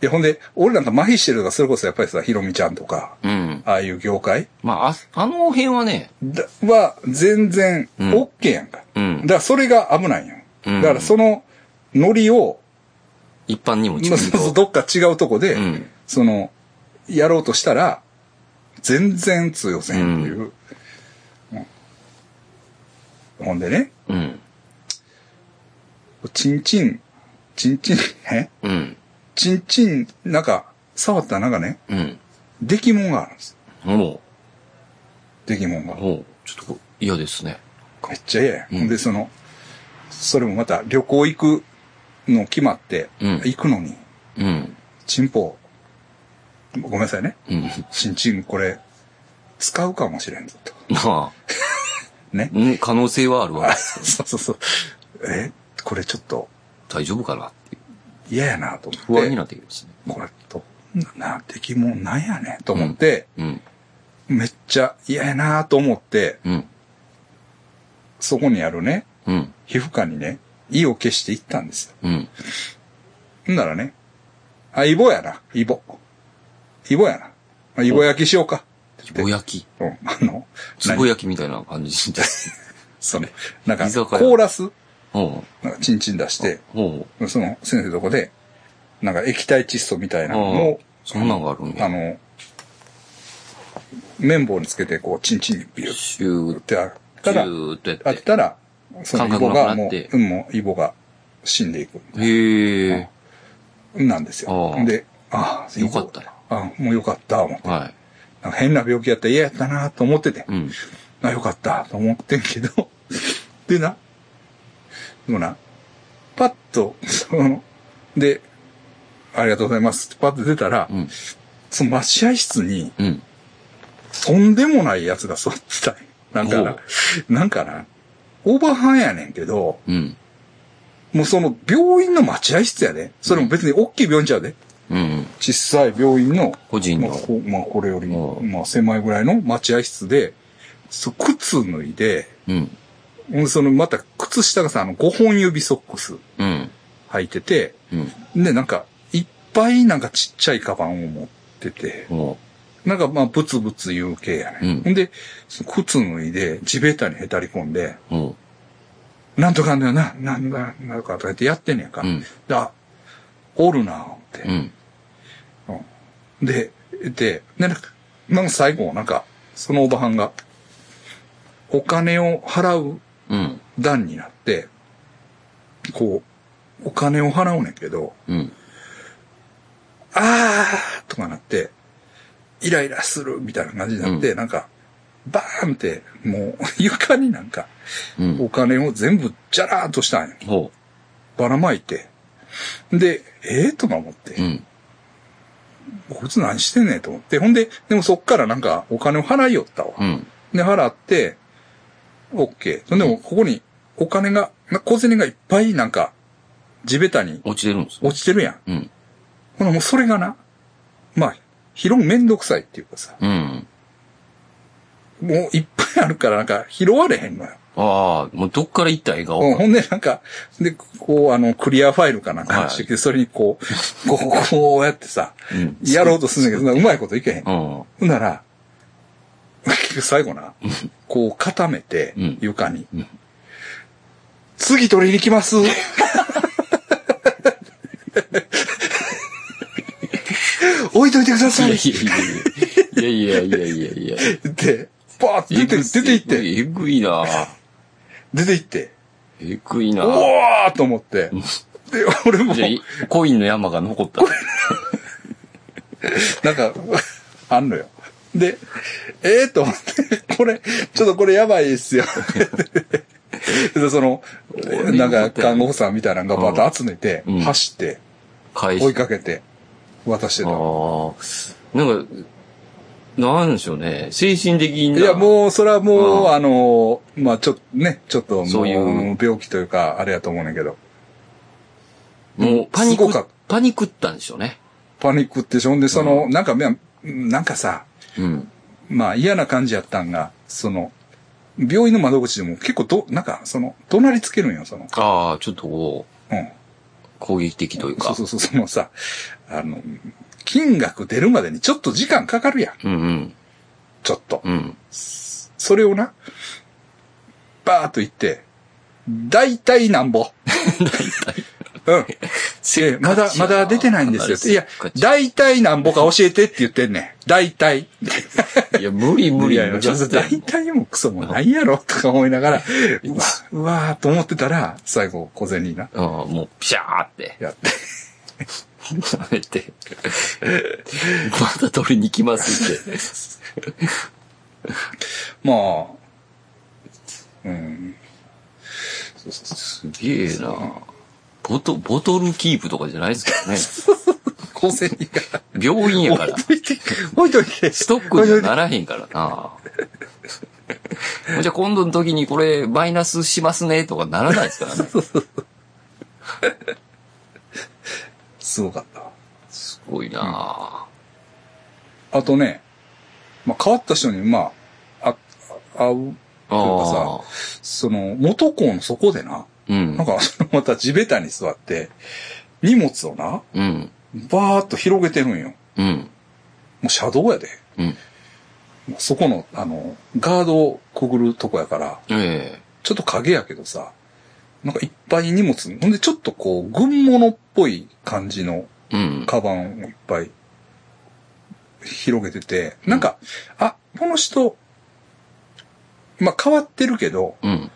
Speaker 1: いや、ほんで、俺なんか麻痺してるとか、それこそやっぱりさ、ひろみちゃんとか、
Speaker 2: うん。
Speaker 1: ああいう業界
Speaker 2: まあ、あ、あの辺はね、
Speaker 1: だは、全然、
Speaker 2: うん
Speaker 1: OK やんか。
Speaker 2: うん
Speaker 1: だから、それが危ないんよ。
Speaker 2: うん
Speaker 1: だから、その、ノリを、
Speaker 2: 一般にも
Speaker 1: まあそう (laughs) そうどっか違うとこで、
Speaker 2: うん
Speaker 1: その、やろうとしたら、全然通用せへんっていう。うんほんでね、
Speaker 2: うん。
Speaker 1: チンチン、チンチンね、
Speaker 2: うん。
Speaker 1: チンチン、なんか、触ったらなんかね、
Speaker 2: うん。
Speaker 1: 出来物があるんです。
Speaker 2: も
Speaker 1: 出来物
Speaker 2: う、
Speaker 1: が。
Speaker 2: もう、ちょっとこう嫌ですね。
Speaker 1: めっちゃ嫌や。
Speaker 2: うん
Speaker 1: ほん、で、その、それもまた旅行行くの決まって、
Speaker 2: うん
Speaker 1: 行くのに、
Speaker 2: うん。
Speaker 1: チンポ、ごめんなさいね。
Speaker 2: うん。 (laughs)
Speaker 1: チンチンこれ、使うかもしれんぞと。
Speaker 2: まあ、
Speaker 1: (laughs) ね。
Speaker 2: うん可能
Speaker 1: (laughs)
Speaker 2: 性はあるわ
Speaker 1: あ。そうそうそう。え、これちょっと、
Speaker 2: 大丈夫かなっていう。
Speaker 1: 嫌やなと思って。
Speaker 2: 不安になってきますね。
Speaker 1: これ、どんな出来もんなんやねんと思って、
Speaker 2: うん。
Speaker 1: めっちゃ嫌やなと思って、
Speaker 2: うん。
Speaker 1: そこにあるね、
Speaker 2: うん。
Speaker 1: 皮膚科にね、意を消していったんですよ。
Speaker 2: うん。
Speaker 1: ほんならね、あ、イボやな、イボ。イボやな。あイボ焼きしようか。
Speaker 2: つぼ焼き。
Speaker 1: うん、あの、
Speaker 2: つぼ
Speaker 1: 何
Speaker 2: 焼きみたいな感じで。
Speaker 1: その、なんか、
Speaker 2: 居酒屋
Speaker 1: コーラス、 (laughs)
Speaker 2: ほ
Speaker 1: なんかチンチン出して、
Speaker 2: う。ほ
Speaker 1: その先生のとこで、なんか液体窒素みたいなのを
Speaker 2: う。、そんなんがあるん
Speaker 1: あ
Speaker 2: や。
Speaker 1: の、綿棒につけて、こう、チンチンにビュー
Speaker 2: シュー
Speaker 1: ってあっ
Speaker 2: シ
Speaker 1: たら、
Speaker 2: ューって
Speaker 1: あ
Speaker 2: や
Speaker 1: っ
Speaker 2: って。
Speaker 1: たら、そのイボ
Speaker 2: 感覚な
Speaker 1: が
Speaker 2: くな
Speaker 1: も
Speaker 2: っ
Speaker 1: う
Speaker 2: て、
Speaker 1: うん、もうイボが死んでいく。
Speaker 2: へえ。
Speaker 1: なんですよ
Speaker 2: あ。あ
Speaker 1: で、ああ、
Speaker 2: よかったな
Speaker 1: あもうよかった、思って
Speaker 2: はい。
Speaker 1: なんか変な病気やったら嫌やったなと思ってて、
Speaker 2: うん。
Speaker 1: あ、よかった、と思ってんけど、 (laughs) でな、でもな、パッと、その、で、ありがとうございますってパッと出たら、
Speaker 2: うん。
Speaker 1: その待合室に、
Speaker 2: うん。
Speaker 1: とんでもないやつが座って
Speaker 2: (laughs)
Speaker 1: たんよなんかな
Speaker 2: お、
Speaker 1: なんかな、オーバーハンやねんけど、
Speaker 2: うん。
Speaker 1: もうその病院の待合室やで。それも別に大きい病院ちゃうで。
Speaker 2: うん。
Speaker 1: 小さい病院の、
Speaker 2: 個人
Speaker 1: まあ
Speaker 2: の。
Speaker 1: こまあ、これより、
Speaker 2: うん
Speaker 1: まあ、狭いぐらいの待合室で、そ靴脱いで、
Speaker 2: うん。
Speaker 1: うんその、また、靴下がさ、あの、5本指ソックス
Speaker 2: うん。
Speaker 1: 履いてて、
Speaker 2: うん。
Speaker 1: で、なんか、いっぱいなんかちっちゃいカバンを持ってて、
Speaker 2: ほ
Speaker 1: なんかまあ、ブツブツ言う系やね。、
Speaker 2: うん
Speaker 1: で、その靴脱いで、地べたにへたり込んで、
Speaker 2: う。ほ
Speaker 1: なんとかなんだよな、なんだ、なんかとか言ってやってんねやんか。
Speaker 2: う。うん。
Speaker 1: であ、おるな、って。
Speaker 2: うん。
Speaker 1: で、で、でなんか、なんか最後、なんか、そのおばはんが、お金を払う
Speaker 2: うん。
Speaker 1: 段になって、こう、お金を払うねんけど、
Speaker 2: うん。
Speaker 1: あーとかなって、イライラするみたいな感じになって、
Speaker 2: う
Speaker 1: なんか、バーンって、もう、床になんか、
Speaker 2: うん。
Speaker 1: お金を全部、ジャラーンとしたんよ。
Speaker 2: ほ
Speaker 1: ばらまいて。で、ええー、とか思って、
Speaker 2: う。うん。
Speaker 1: こいつ何してんねんと思って。ほんで、でもそっからなんか、お金を払いよったわ。
Speaker 2: うん。
Speaker 1: で、払って、OK。そんでも、ここに、お金が、な小銭がいっぱい、なんか、地べたに
Speaker 2: 落ちてるんです
Speaker 1: 落ちてるやん。
Speaker 2: うん。
Speaker 1: ほな、もうそれがな、まあ、拾うめんどくさいっていうかさ、
Speaker 2: うん。
Speaker 1: もういっぱいあるから、なんか、拾われへんのよ。
Speaker 2: ああ、もうどっから行ったらええか
Speaker 1: うん、
Speaker 2: 分か
Speaker 1: ほんで、なんか、で、こう、あの、クリアファイルかなんかにしてきて、それにこう、こう、こうやってさ、
Speaker 2: らんうん。
Speaker 1: やろうとするんだけど、うまいこといけへん。
Speaker 2: うん。
Speaker 1: ほんなら、結局最後な、こう固めて
Speaker 2: うん、
Speaker 1: 床に、
Speaker 2: うん
Speaker 1: 次取りに来
Speaker 2: (laughs)
Speaker 1: ます置いといてくださいっ
Speaker 2: いやいやいやいやいやいやいやいやいや。
Speaker 1: て、バーって出て、出て行って、
Speaker 2: えぐいな
Speaker 1: 出て行って、
Speaker 2: えぐいな
Speaker 1: おーと思って、で、俺も、
Speaker 2: じゃあい、コインの山が残った。
Speaker 1: なんか、 (laughs) あんのよ。で、ええと思って、これ、ちょっとこれやばいです
Speaker 2: (laughs)
Speaker 1: よ。で、その、なんか、看護婦さんみたいなのがバッと集めて、
Speaker 2: うん
Speaker 1: 走って、追
Speaker 2: 返
Speaker 1: い
Speaker 2: し。
Speaker 1: かけて、渡して
Speaker 2: ああ
Speaker 1: た。
Speaker 2: ー。なんか、なんでしょうね。精神的な。
Speaker 1: いや、もう、それはもう、
Speaker 2: うん
Speaker 1: あの、まあちょっとね、ちょっともう、
Speaker 2: そういう
Speaker 1: 病気というか、あれやと思うねんだけど、
Speaker 2: もうパニ
Speaker 1: すごか
Speaker 2: ッ
Speaker 1: っ
Speaker 2: ク、パニックったんでしょうね。
Speaker 1: パニックってしょ、ほんで、その、なんか、まあなんかさ、
Speaker 2: うん。
Speaker 1: まあ嫌な感じやったんが、その、病院の窓口でも結構ど、なんか、その、怒鳴りつけるんよ、その、
Speaker 2: ああ、ちょっとこう、
Speaker 1: うん。
Speaker 2: 攻撃的という
Speaker 1: そ
Speaker 2: か。
Speaker 1: うそうそう、そのさ、あの、金額出るまでにちょっと時間かかるやん。
Speaker 2: うんうん。
Speaker 1: ちょっと。
Speaker 2: うん。
Speaker 1: それをな、バーっと言って、大体なんぼ。うん。えまだ、まだ出てないんですよ。いや、大体なんぼか教えてって言ってんねん。大体。
Speaker 2: いや、無理無
Speaker 1: い
Speaker 2: 理。
Speaker 1: やいや
Speaker 2: 無茶して
Speaker 1: 大体もクソもないやろとか思いながら、うわ、うわーと思ってたら、最後、小銭な、
Speaker 2: うん、もう、ピシャーって。 (laughs)
Speaker 1: やって。
Speaker 2: やめて。また取りに来ますって。
Speaker 1: まあ、うん。そうそうそう
Speaker 2: すげえなボト、ボトルキープとかじゃないですからね。
Speaker 1: 小銭が。
Speaker 2: 病院や
Speaker 1: (laughs)
Speaker 2: から。
Speaker 1: 置いといて、置いといて。
Speaker 2: ストックにはならへんからな。じゃあ今度の時にこれマイナスしますねとかならないですからね。
Speaker 1: すごかった。
Speaker 2: すごいな
Speaker 1: あとね、まあ、変わった人に、まあ、あ、会う、
Speaker 2: ああ
Speaker 1: そ
Speaker 2: あ。
Speaker 1: その、元校のそこでな、
Speaker 2: うん
Speaker 1: なん。か、 (laughs) そのまた地べたに座って、荷物をな、
Speaker 2: うん。
Speaker 1: バーっと広げてるんよ。
Speaker 2: うん。
Speaker 1: もう車道やで。
Speaker 2: うん。
Speaker 1: そこの、あの、ガードをくぐるとこやから、
Speaker 2: え
Speaker 1: ちょっと影やけどさ、なんかいっぱい荷物、ほんでちょっとこう、軍物っぽい感じの
Speaker 2: えうん。
Speaker 1: カバンをいっぱい広げてて、なんか、あ、この人、まあ変わってるけど、
Speaker 2: うん。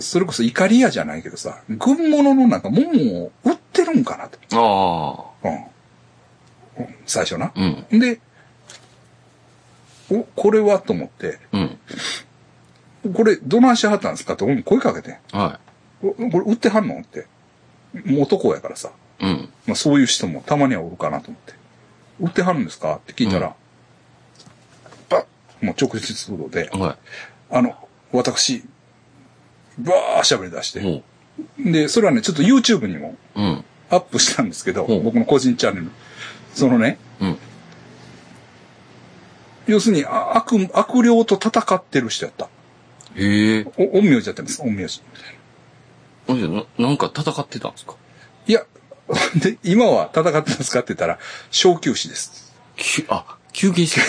Speaker 1: それこそ怒り屋じゃないけどさ、軍物のなんか桃を売ってるんかなと。
Speaker 2: ああ。
Speaker 1: うん。うん最初な。
Speaker 2: うん。
Speaker 1: で、お、これはと思って、
Speaker 2: うん。
Speaker 1: これどないしはったんですかって俺も声かけて。
Speaker 2: は
Speaker 1: ここれ売ってはんのって。もう男やからさ。
Speaker 2: い。うん。
Speaker 1: まあそういう人もたまにはおるかなと思って。売ってはるんですかって聞いたら、
Speaker 2: うん
Speaker 1: ばっもう直接通路で、
Speaker 2: は
Speaker 1: あの、私、ばー喋り出し
Speaker 2: い。
Speaker 1: て。
Speaker 2: ほ
Speaker 1: で、それはね、ちょっと YouTube にも
Speaker 2: う。うん。
Speaker 1: アップしたんですけど、
Speaker 2: ほう
Speaker 1: 僕の個人チャンネル。そのね、
Speaker 2: うん。
Speaker 1: 要するにあ悪、悪霊と戦ってる人やった。
Speaker 2: へえ。
Speaker 1: お、陰陽師やってます、陰陽師。
Speaker 2: あじゃあななんか戦ってたんですか
Speaker 1: いや、 (laughs) で、今は戦ってますかって言ったら、小休止です。
Speaker 2: きゅあ、休憩して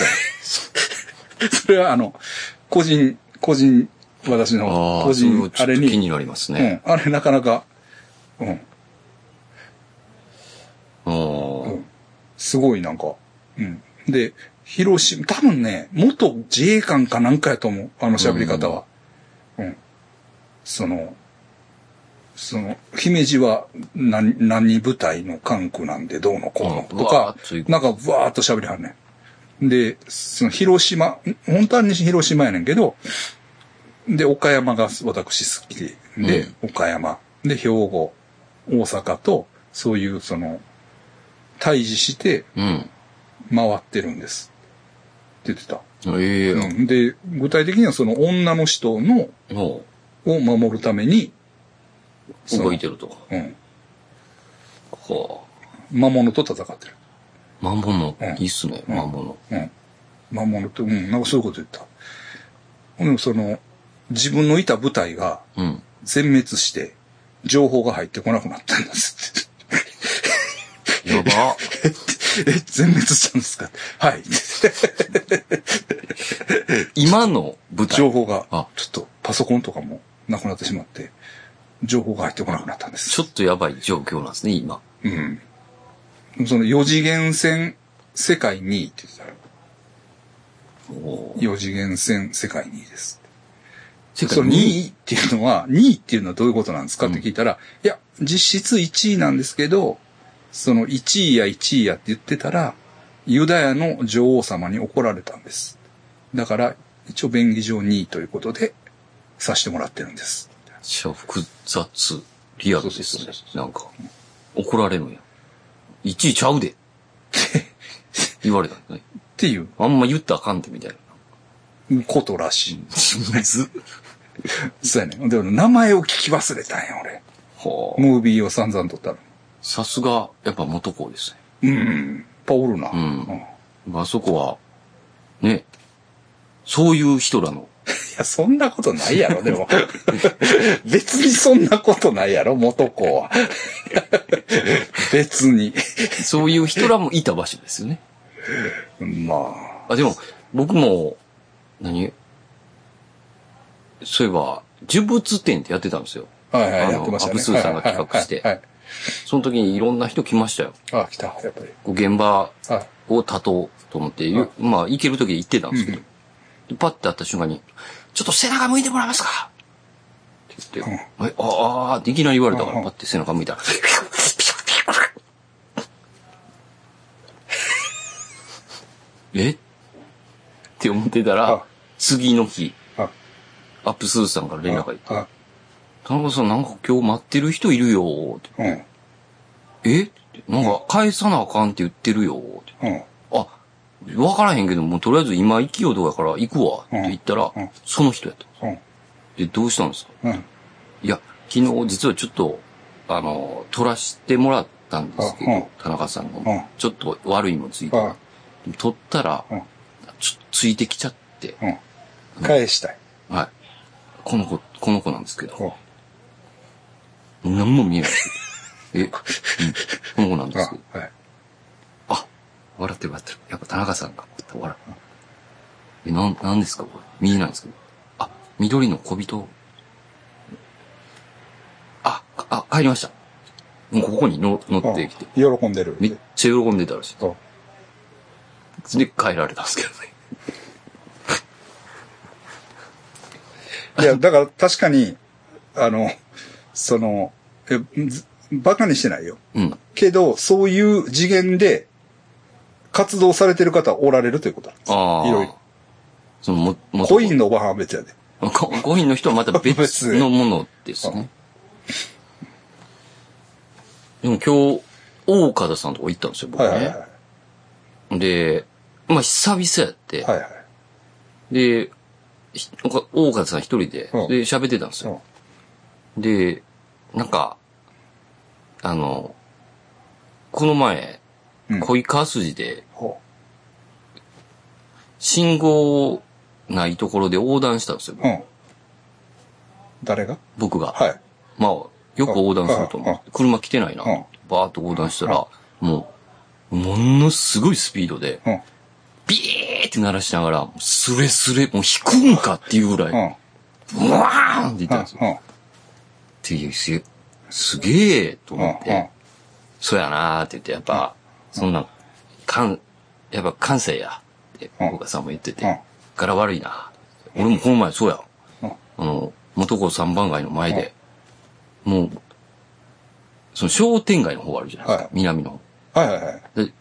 Speaker 2: た。
Speaker 1: それはあの、個人、個人、私 (laughs) の
Speaker 2: あ
Speaker 1: 個
Speaker 2: あ、それ
Speaker 1: 人
Speaker 2: も、ちょ
Speaker 1: あ
Speaker 2: っと
Speaker 1: れ
Speaker 2: 気
Speaker 1: に、
Speaker 2: になります
Speaker 1: う
Speaker 2: ね。
Speaker 1: ん、あれなかなか、うん、
Speaker 2: ああ。
Speaker 1: すごいなんか、うん。で、広島、多分ね、元自衛官かなんかやと思う、あの喋り方は。うん。その、その、姫路は何、何部隊の管区なんでどうのこうの
Speaker 2: うん
Speaker 1: とか
Speaker 2: うわーっという、
Speaker 1: なんかぶわーっと喋りはんねん。で、その広島、ん本当は西広島やねんけど、で、岡山が私好きで、で岡山、で、兵庫、大阪と、そういうその、退治して
Speaker 2: うん。
Speaker 1: 回ってるんです。って言ってた。
Speaker 2: ええ。
Speaker 1: うん、で、具体的にはその女の人の、
Speaker 2: も
Speaker 1: を守るために、
Speaker 2: う、
Speaker 1: その
Speaker 2: 動いてると。
Speaker 1: うん。
Speaker 2: はあ。
Speaker 1: 魔物と戦ってる。
Speaker 2: 魔物
Speaker 1: うん、
Speaker 2: いいっすね、
Speaker 1: うん
Speaker 2: 魔物。
Speaker 1: うん。魔物と、うん、なんかそういうこと言った。ほんで、その、自分のいた部隊が
Speaker 2: うん。
Speaker 1: 全滅して、情報が入ってこなくなったんです (laughs) って。(laughs)
Speaker 2: やば。
Speaker 1: え、全滅したんですかはい。
Speaker 2: 今の舞台。
Speaker 1: 情報が、ちょ
Speaker 2: あ
Speaker 1: っとパソコンとかもなくなってしまって、情報が入ってこなくなったんです。
Speaker 2: ちょっとやばい状況なんですね、今。
Speaker 1: うん。その4次元線世界2位って言ってたら、
Speaker 2: おー
Speaker 1: 4次元線世界2位です。
Speaker 2: 世界
Speaker 1: その
Speaker 2: 2
Speaker 1: 2
Speaker 2: 位。
Speaker 1: 位っていうのは、2位っていうのはどういうことなんですかって聞いたら、いや、実質1位なんですけど、その1位や1位やって言ってたら、ユダヤの女王様に怒られたんです。だから、一応便宜上2位ということで、さしてもらってるんです。
Speaker 2: じゃあ複雑、リアルです
Speaker 1: そうそ
Speaker 2: ね
Speaker 1: うそ。
Speaker 2: なんか、怒られるんや。1位ちゃ
Speaker 1: (laughs)
Speaker 2: うで。言われたんだね。
Speaker 1: っていう
Speaker 2: あんま言ったらあかんて、みたいな。
Speaker 1: ことらしい。
Speaker 2: むず。
Speaker 1: そうやね。でも名前を聞き忘れたんや、俺。
Speaker 2: はあ。
Speaker 1: ムービーを散々撮ったの。
Speaker 2: さすが、やっぱ元校ですね。
Speaker 1: うん。パオルな。
Speaker 2: うん
Speaker 1: い
Speaker 2: あそこは、ね、そういう人らの、
Speaker 1: や、そんなことないやろ、でも。 (laughs) 別にそんなことないやろ、元子は。 (laughs) 別に。
Speaker 2: そういう人らもいた場所です
Speaker 1: (laughs)
Speaker 2: よね。
Speaker 1: まあ。
Speaker 2: あ、でも、僕も、何そういえば、呪物展ってやってたんですよ。
Speaker 1: はいはい
Speaker 2: あ、の
Speaker 1: やってましたね。
Speaker 2: アブスーさんが企画して
Speaker 1: はいはい
Speaker 2: その時にいろんな人来ましたよ。
Speaker 1: はいはい。あ、来た、やっぱり。
Speaker 2: こう現場
Speaker 1: はい。
Speaker 2: を立とうと思って、ゆまあ、行ける時行ってたんですけど、
Speaker 1: うん
Speaker 2: でパッて会った瞬間に、ちょっと背中向いてもらえますかって言って、えあああ、できないり言われたか
Speaker 1: うんう
Speaker 2: ら、
Speaker 1: ん
Speaker 2: パッて背中向いたら、ピ (laughs) ュッピュッピュッピュッピュッえって思ってた
Speaker 1: うん
Speaker 2: ら、次の日、
Speaker 1: あ、
Speaker 2: アップスーさんから連絡がいって、
Speaker 1: あ、
Speaker 2: 田中さんなんか今日待ってる人いるよって。
Speaker 1: うん。
Speaker 2: えってなんか返さなあかんって言ってるよって。
Speaker 1: うん。
Speaker 2: あ、わからへんけど、もうとりあえず今行きようとかやから行くわって言ったら、
Speaker 1: うんうん
Speaker 2: その人やった。
Speaker 1: うん。
Speaker 2: で、どうしたんですか
Speaker 1: うん。
Speaker 2: いや、昨日実はちょっと、あの、撮らせてもらっったんですけ
Speaker 1: あうん
Speaker 2: ど、田中さん
Speaker 1: うん
Speaker 2: が。ちょっと悪いもんついて。
Speaker 1: あ
Speaker 2: 取ったら
Speaker 1: うん、
Speaker 2: ちょっとついてきちゃって、
Speaker 1: あ、うん。返したい。
Speaker 2: はい。この子、この子なんですけど、
Speaker 1: うん
Speaker 2: 何も見えない。え、うんこの子なんですけど。
Speaker 1: あはい。
Speaker 2: あ、笑ってる笑ってる。やっぱ田中さんが、笑う。え、なん、なんですかこれ。右なんですけど。あ、緑の小人。あ、かあ、帰りました。もうここにの乗ってきて。
Speaker 1: うん喜んでる。
Speaker 2: めっちゃ喜んでたらし
Speaker 1: そう
Speaker 2: い。で、帰られたんですけどね。
Speaker 1: いや、だから確かに、あの、その、えずバカにしてないよ。
Speaker 2: うん。
Speaker 1: けど、そういう次元で活動されてる方はおられるということなんです。
Speaker 2: ああ。
Speaker 1: いろいろ。
Speaker 2: そのも、も
Speaker 1: コインのおばはんは別やで。
Speaker 2: コ (laughs) コインの人はまた別
Speaker 1: 別
Speaker 2: のもので
Speaker 1: (laughs)
Speaker 2: すね。でも今日、大岡田さんとこ行ったんですよ、僕
Speaker 1: は
Speaker 2: ね。
Speaker 1: いはいはい。
Speaker 2: で、まあ久々やって、
Speaker 1: はいはい。
Speaker 2: で、ひ大岡田さん一人で、
Speaker 1: うん
Speaker 2: で、喋ってたんですよ。で、なんか、あの、この前、
Speaker 1: うん
Speaker 2: 恋川筋で、
Speaker 1: ほ
Speaker 2: 信号ないところで横断したんですよ、
Speaker 1: う。うん。誰が
Speaker 2: 僕が。
Speaker 1: はい。
Speaker 2: まあ、よく横断すると思
Speaker 1: うん
Speaker 2: う。車来てないな。
Speaker 1: うん
Speaker 2: バーっと横断したら、もう、ものすごいスピードで、
Speaker 1: うん。
Speaker 2: ビーって鳴らしながら、スレスレ、もう引くんかっていうぐらい、
Speaker 1: うん。うん。
Speaker 2: ブワーンって言ったんですよ。
Speaker 1: うん。
Speaker 2: っていうすげすげえと
Speaker 1: うん。う
Speaker 2: 思って
Speaker 1: ん、
Speaker 2: そうやなーって言って、やっぱ、そんな、関、やっぱ関西や、って、
Speaker 1: うん
Speaker 2: 岡さんも言って
Speaker 1: うん
Speaker 2: て、柄悪いな。俺もこの前そうや。
Speaker 1: うん
Speaker 2: あの、元子三番街の前で、もう、その商店街の方あるじゃないですか、
Speaker 1: はい
Speaker 2: 南の方。
Speaker 1: はいはいはい。
Speaker 2: で、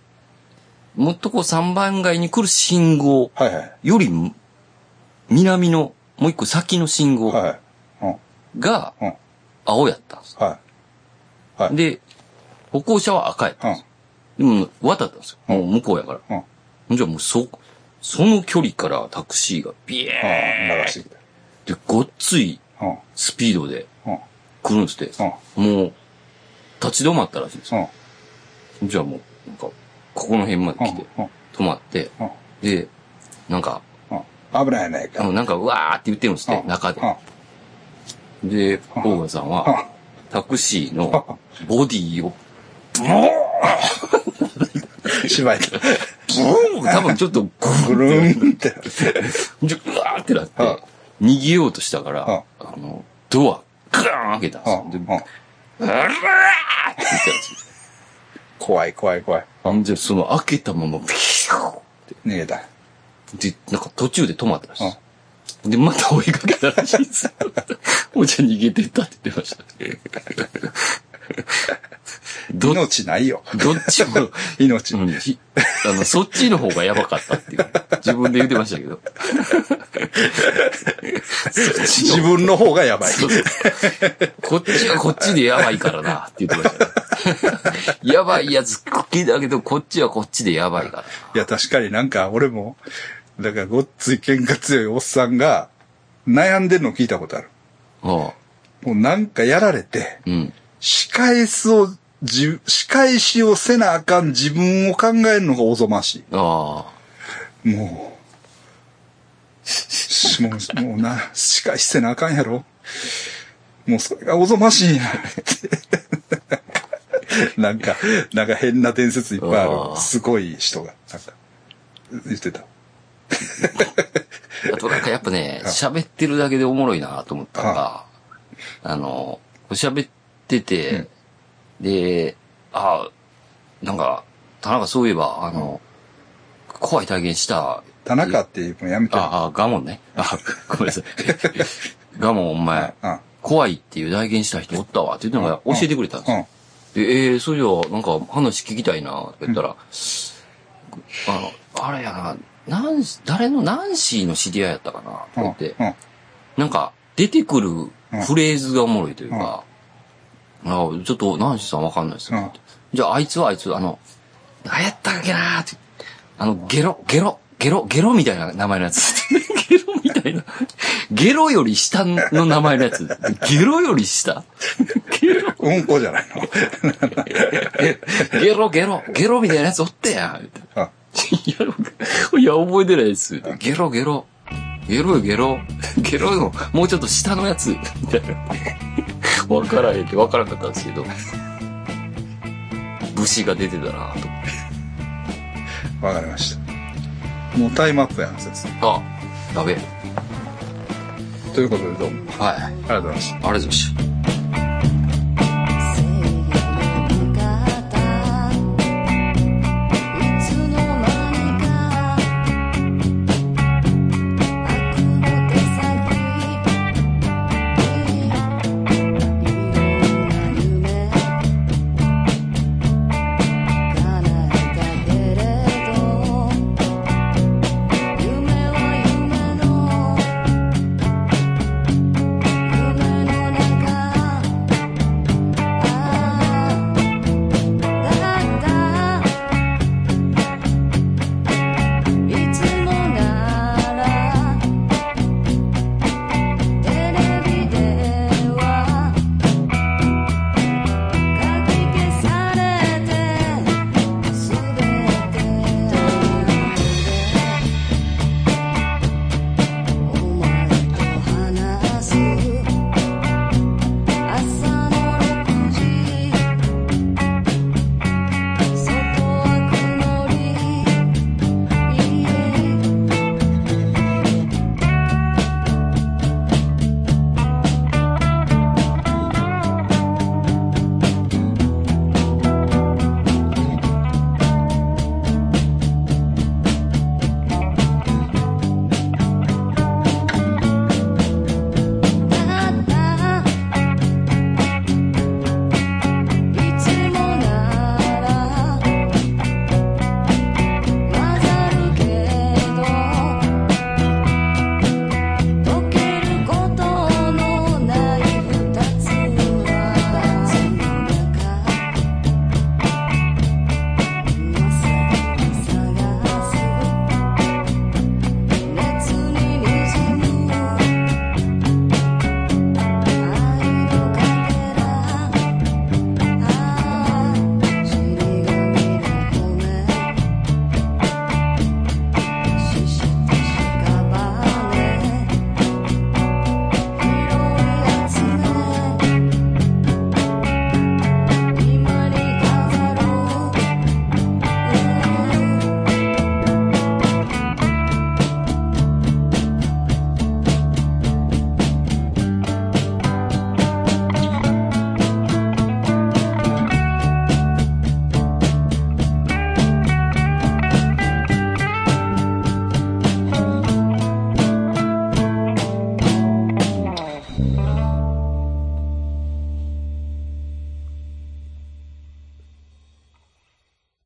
Speaker 2: 元子三番街に来る信号
Speaker 1: はいはい。
Speaker 2: よりも、南の、もう一個先の信号
Speaker 1: はいはい。うん。
Speaker 2: が
Speaker 1: うん、
Speaker 2: 青やったんです。
Speaker 1: はい。はい
Speaker 2: で、歩行者は赤やったんです。でも、渡ったんですよ。もう向こうやから。
Speaker 1: うん。うん。
Speaker 2: じゃあもうそ、その距離からタクシーがビエ
Speaker 1: 流してきて。
Speaker 2: ーってごっつい
Speaker 1: うん。
Speaker 2: スピードで
Speaker 1: うん。
Speaker 2: 来るんですって。もう、立ち止まったらしいんですよ。
Speaker 1: うん。
Speaker 2: じゃあもう、なんか、ここの辺まで来て、
Speaker 1: うん。
Speaker 2: 止まって、
Speaker 1: うん。
Speaker 2: で、なんか、
Speaker 1: うん。危ないやない
Speaker 2: あ
Speaker 1: か。
Speaker 2: のなんか、うわーって言ってるんですって、中で
Speaker 1: うん。。
Speaker 2: で、大川さん
Speaker 1: うん
Speaker 2: は、タクシーのボディを、ブーン
Speaker 1: うん。芝居だ。
Speaker 2: ブーン多分ちょっと、
Speaker 1: ぐるーんって。
Speaker 2: じゃ、うわーってなって
Speaker 1: うん、
Speaker 2: 逃げようとしたから、
Speaker 1: う
Speaker 2: あの、ドア、ガーン開けたん
Speaker 1: う
Speaker 2: ですよ。で、
Speaker 1: ん
Speaker 2: う
Speaker 1: う
Speaker 2: わ
Speaker 1: ん
Speaker 2: ーって言ったんです
Speaker 1: 怖い怖い怖い。
Speaker 2: よ。んで、その開けたまま、ピシューっ
Speaker 1: 逃げた。
Speaker 2: て、で、なんか途中で止まったらしいです。で、また追いかけたらしいです。もうじゃあ逃げてったって言ってました。どっ
Speaker 1: 命ないよ。
Speaker 2: どっちも、
Speaker 1: 命。
Speaker 2: うん、ひあの、そっちの方がやばかったっていう。自分で言ってましたけど。そっちの
Speaker 1: 自分の方がやばい。
Speaker 2: そうそうこっちはこっちでやばいからな、って言ってました、ね。 (laughs) やばいやつ聞いたけど、こっちはこっちでやばいから。
Speaker 1: いや、確かになんか俺も、だからごっつい喧嘩強いおっさんが悩んでるの聞いたことある。
Speaker 2: おう
Speaker 1: もうなんかやられて、
Speaker 2: うん。
Speaker 1: 仕返すを、じ、仕返しをせなあかん自分を考えるのがおぞまし
Speaker 2: あ
Speaker 1: い。もう、しもう、もうな、仕返しせなあかんやろ。もうそれがおぞましいんやって。 (laughs) なんか、なんか変な伝説いっぱいあ
Speaker 2: あー
Speaker 1: る。すごい人が、なんか、言ってた。
Speaker 2: あ。あとなんかやっぱね、喋ってるだけでおもろいなと思ったのが、あの、喋ってて、で、あなんか、田中そういえば、あの、怖い体験した
Speaker 1: 田中っていうのやめてる。
Speaker 2: ああ、ガモンね。あご (laughs) めんなさい。ガモンお前、
Speaker 1: うん。
Speaker 2: 怖いっていう体験した人おったわって言ってなんか教えてくれたんです
Speaker 1: う
Speaker 2: よ。
Speaker 1: ん。
Speaker 2: で、えー、それじゃあなんか話聞きたいな、とか言ったら、あの、あれやな、ナンシ誰のナンシーの知り合いやったか
Speaker 1: う
Speaker 2: な、とか
Speaker 1: ん。
Speaker 2: 言って、
Speaker 1: うん。
Speaker 2: なんか出てくるフレーズがおもろいというか、あちょっとナンシーさんわかんないですよ、
Speaker 1: うん
Speaker 2: じゃああいつはあいつ、あの、何やったっけなーって、あの、ゲロ、ゲロ、ゲロ、ゲロみたいな名前のやつ。ゲロみたい (laughs) いな。ゲロより下の名前のやつ。ゲロより下ゲロ、
Speaker 1: うんこじゃないの。
Speaker 2: ゲロ、ゲロ、ゲロみたいなやつおってやん。
Speaker 1: あ
Speaker 2: いや、僕いや、覚えてないです。ゲロゲロ。ゲロよゲロ。 (laughs) ゲロの、もうちょっと下のやつ。みたいな。わからへんって、わからんかったんですけど。武士が出てたなと。
Speaker 1: わかりました。もうタイムアップやん、先
Speaker 2: あ、やべえ。
Speaker 1: 生。ということでどうも。
Speaker 2: はい。あり
Speaker 1: ありがとうございました。
Speaker 2: がとうございました。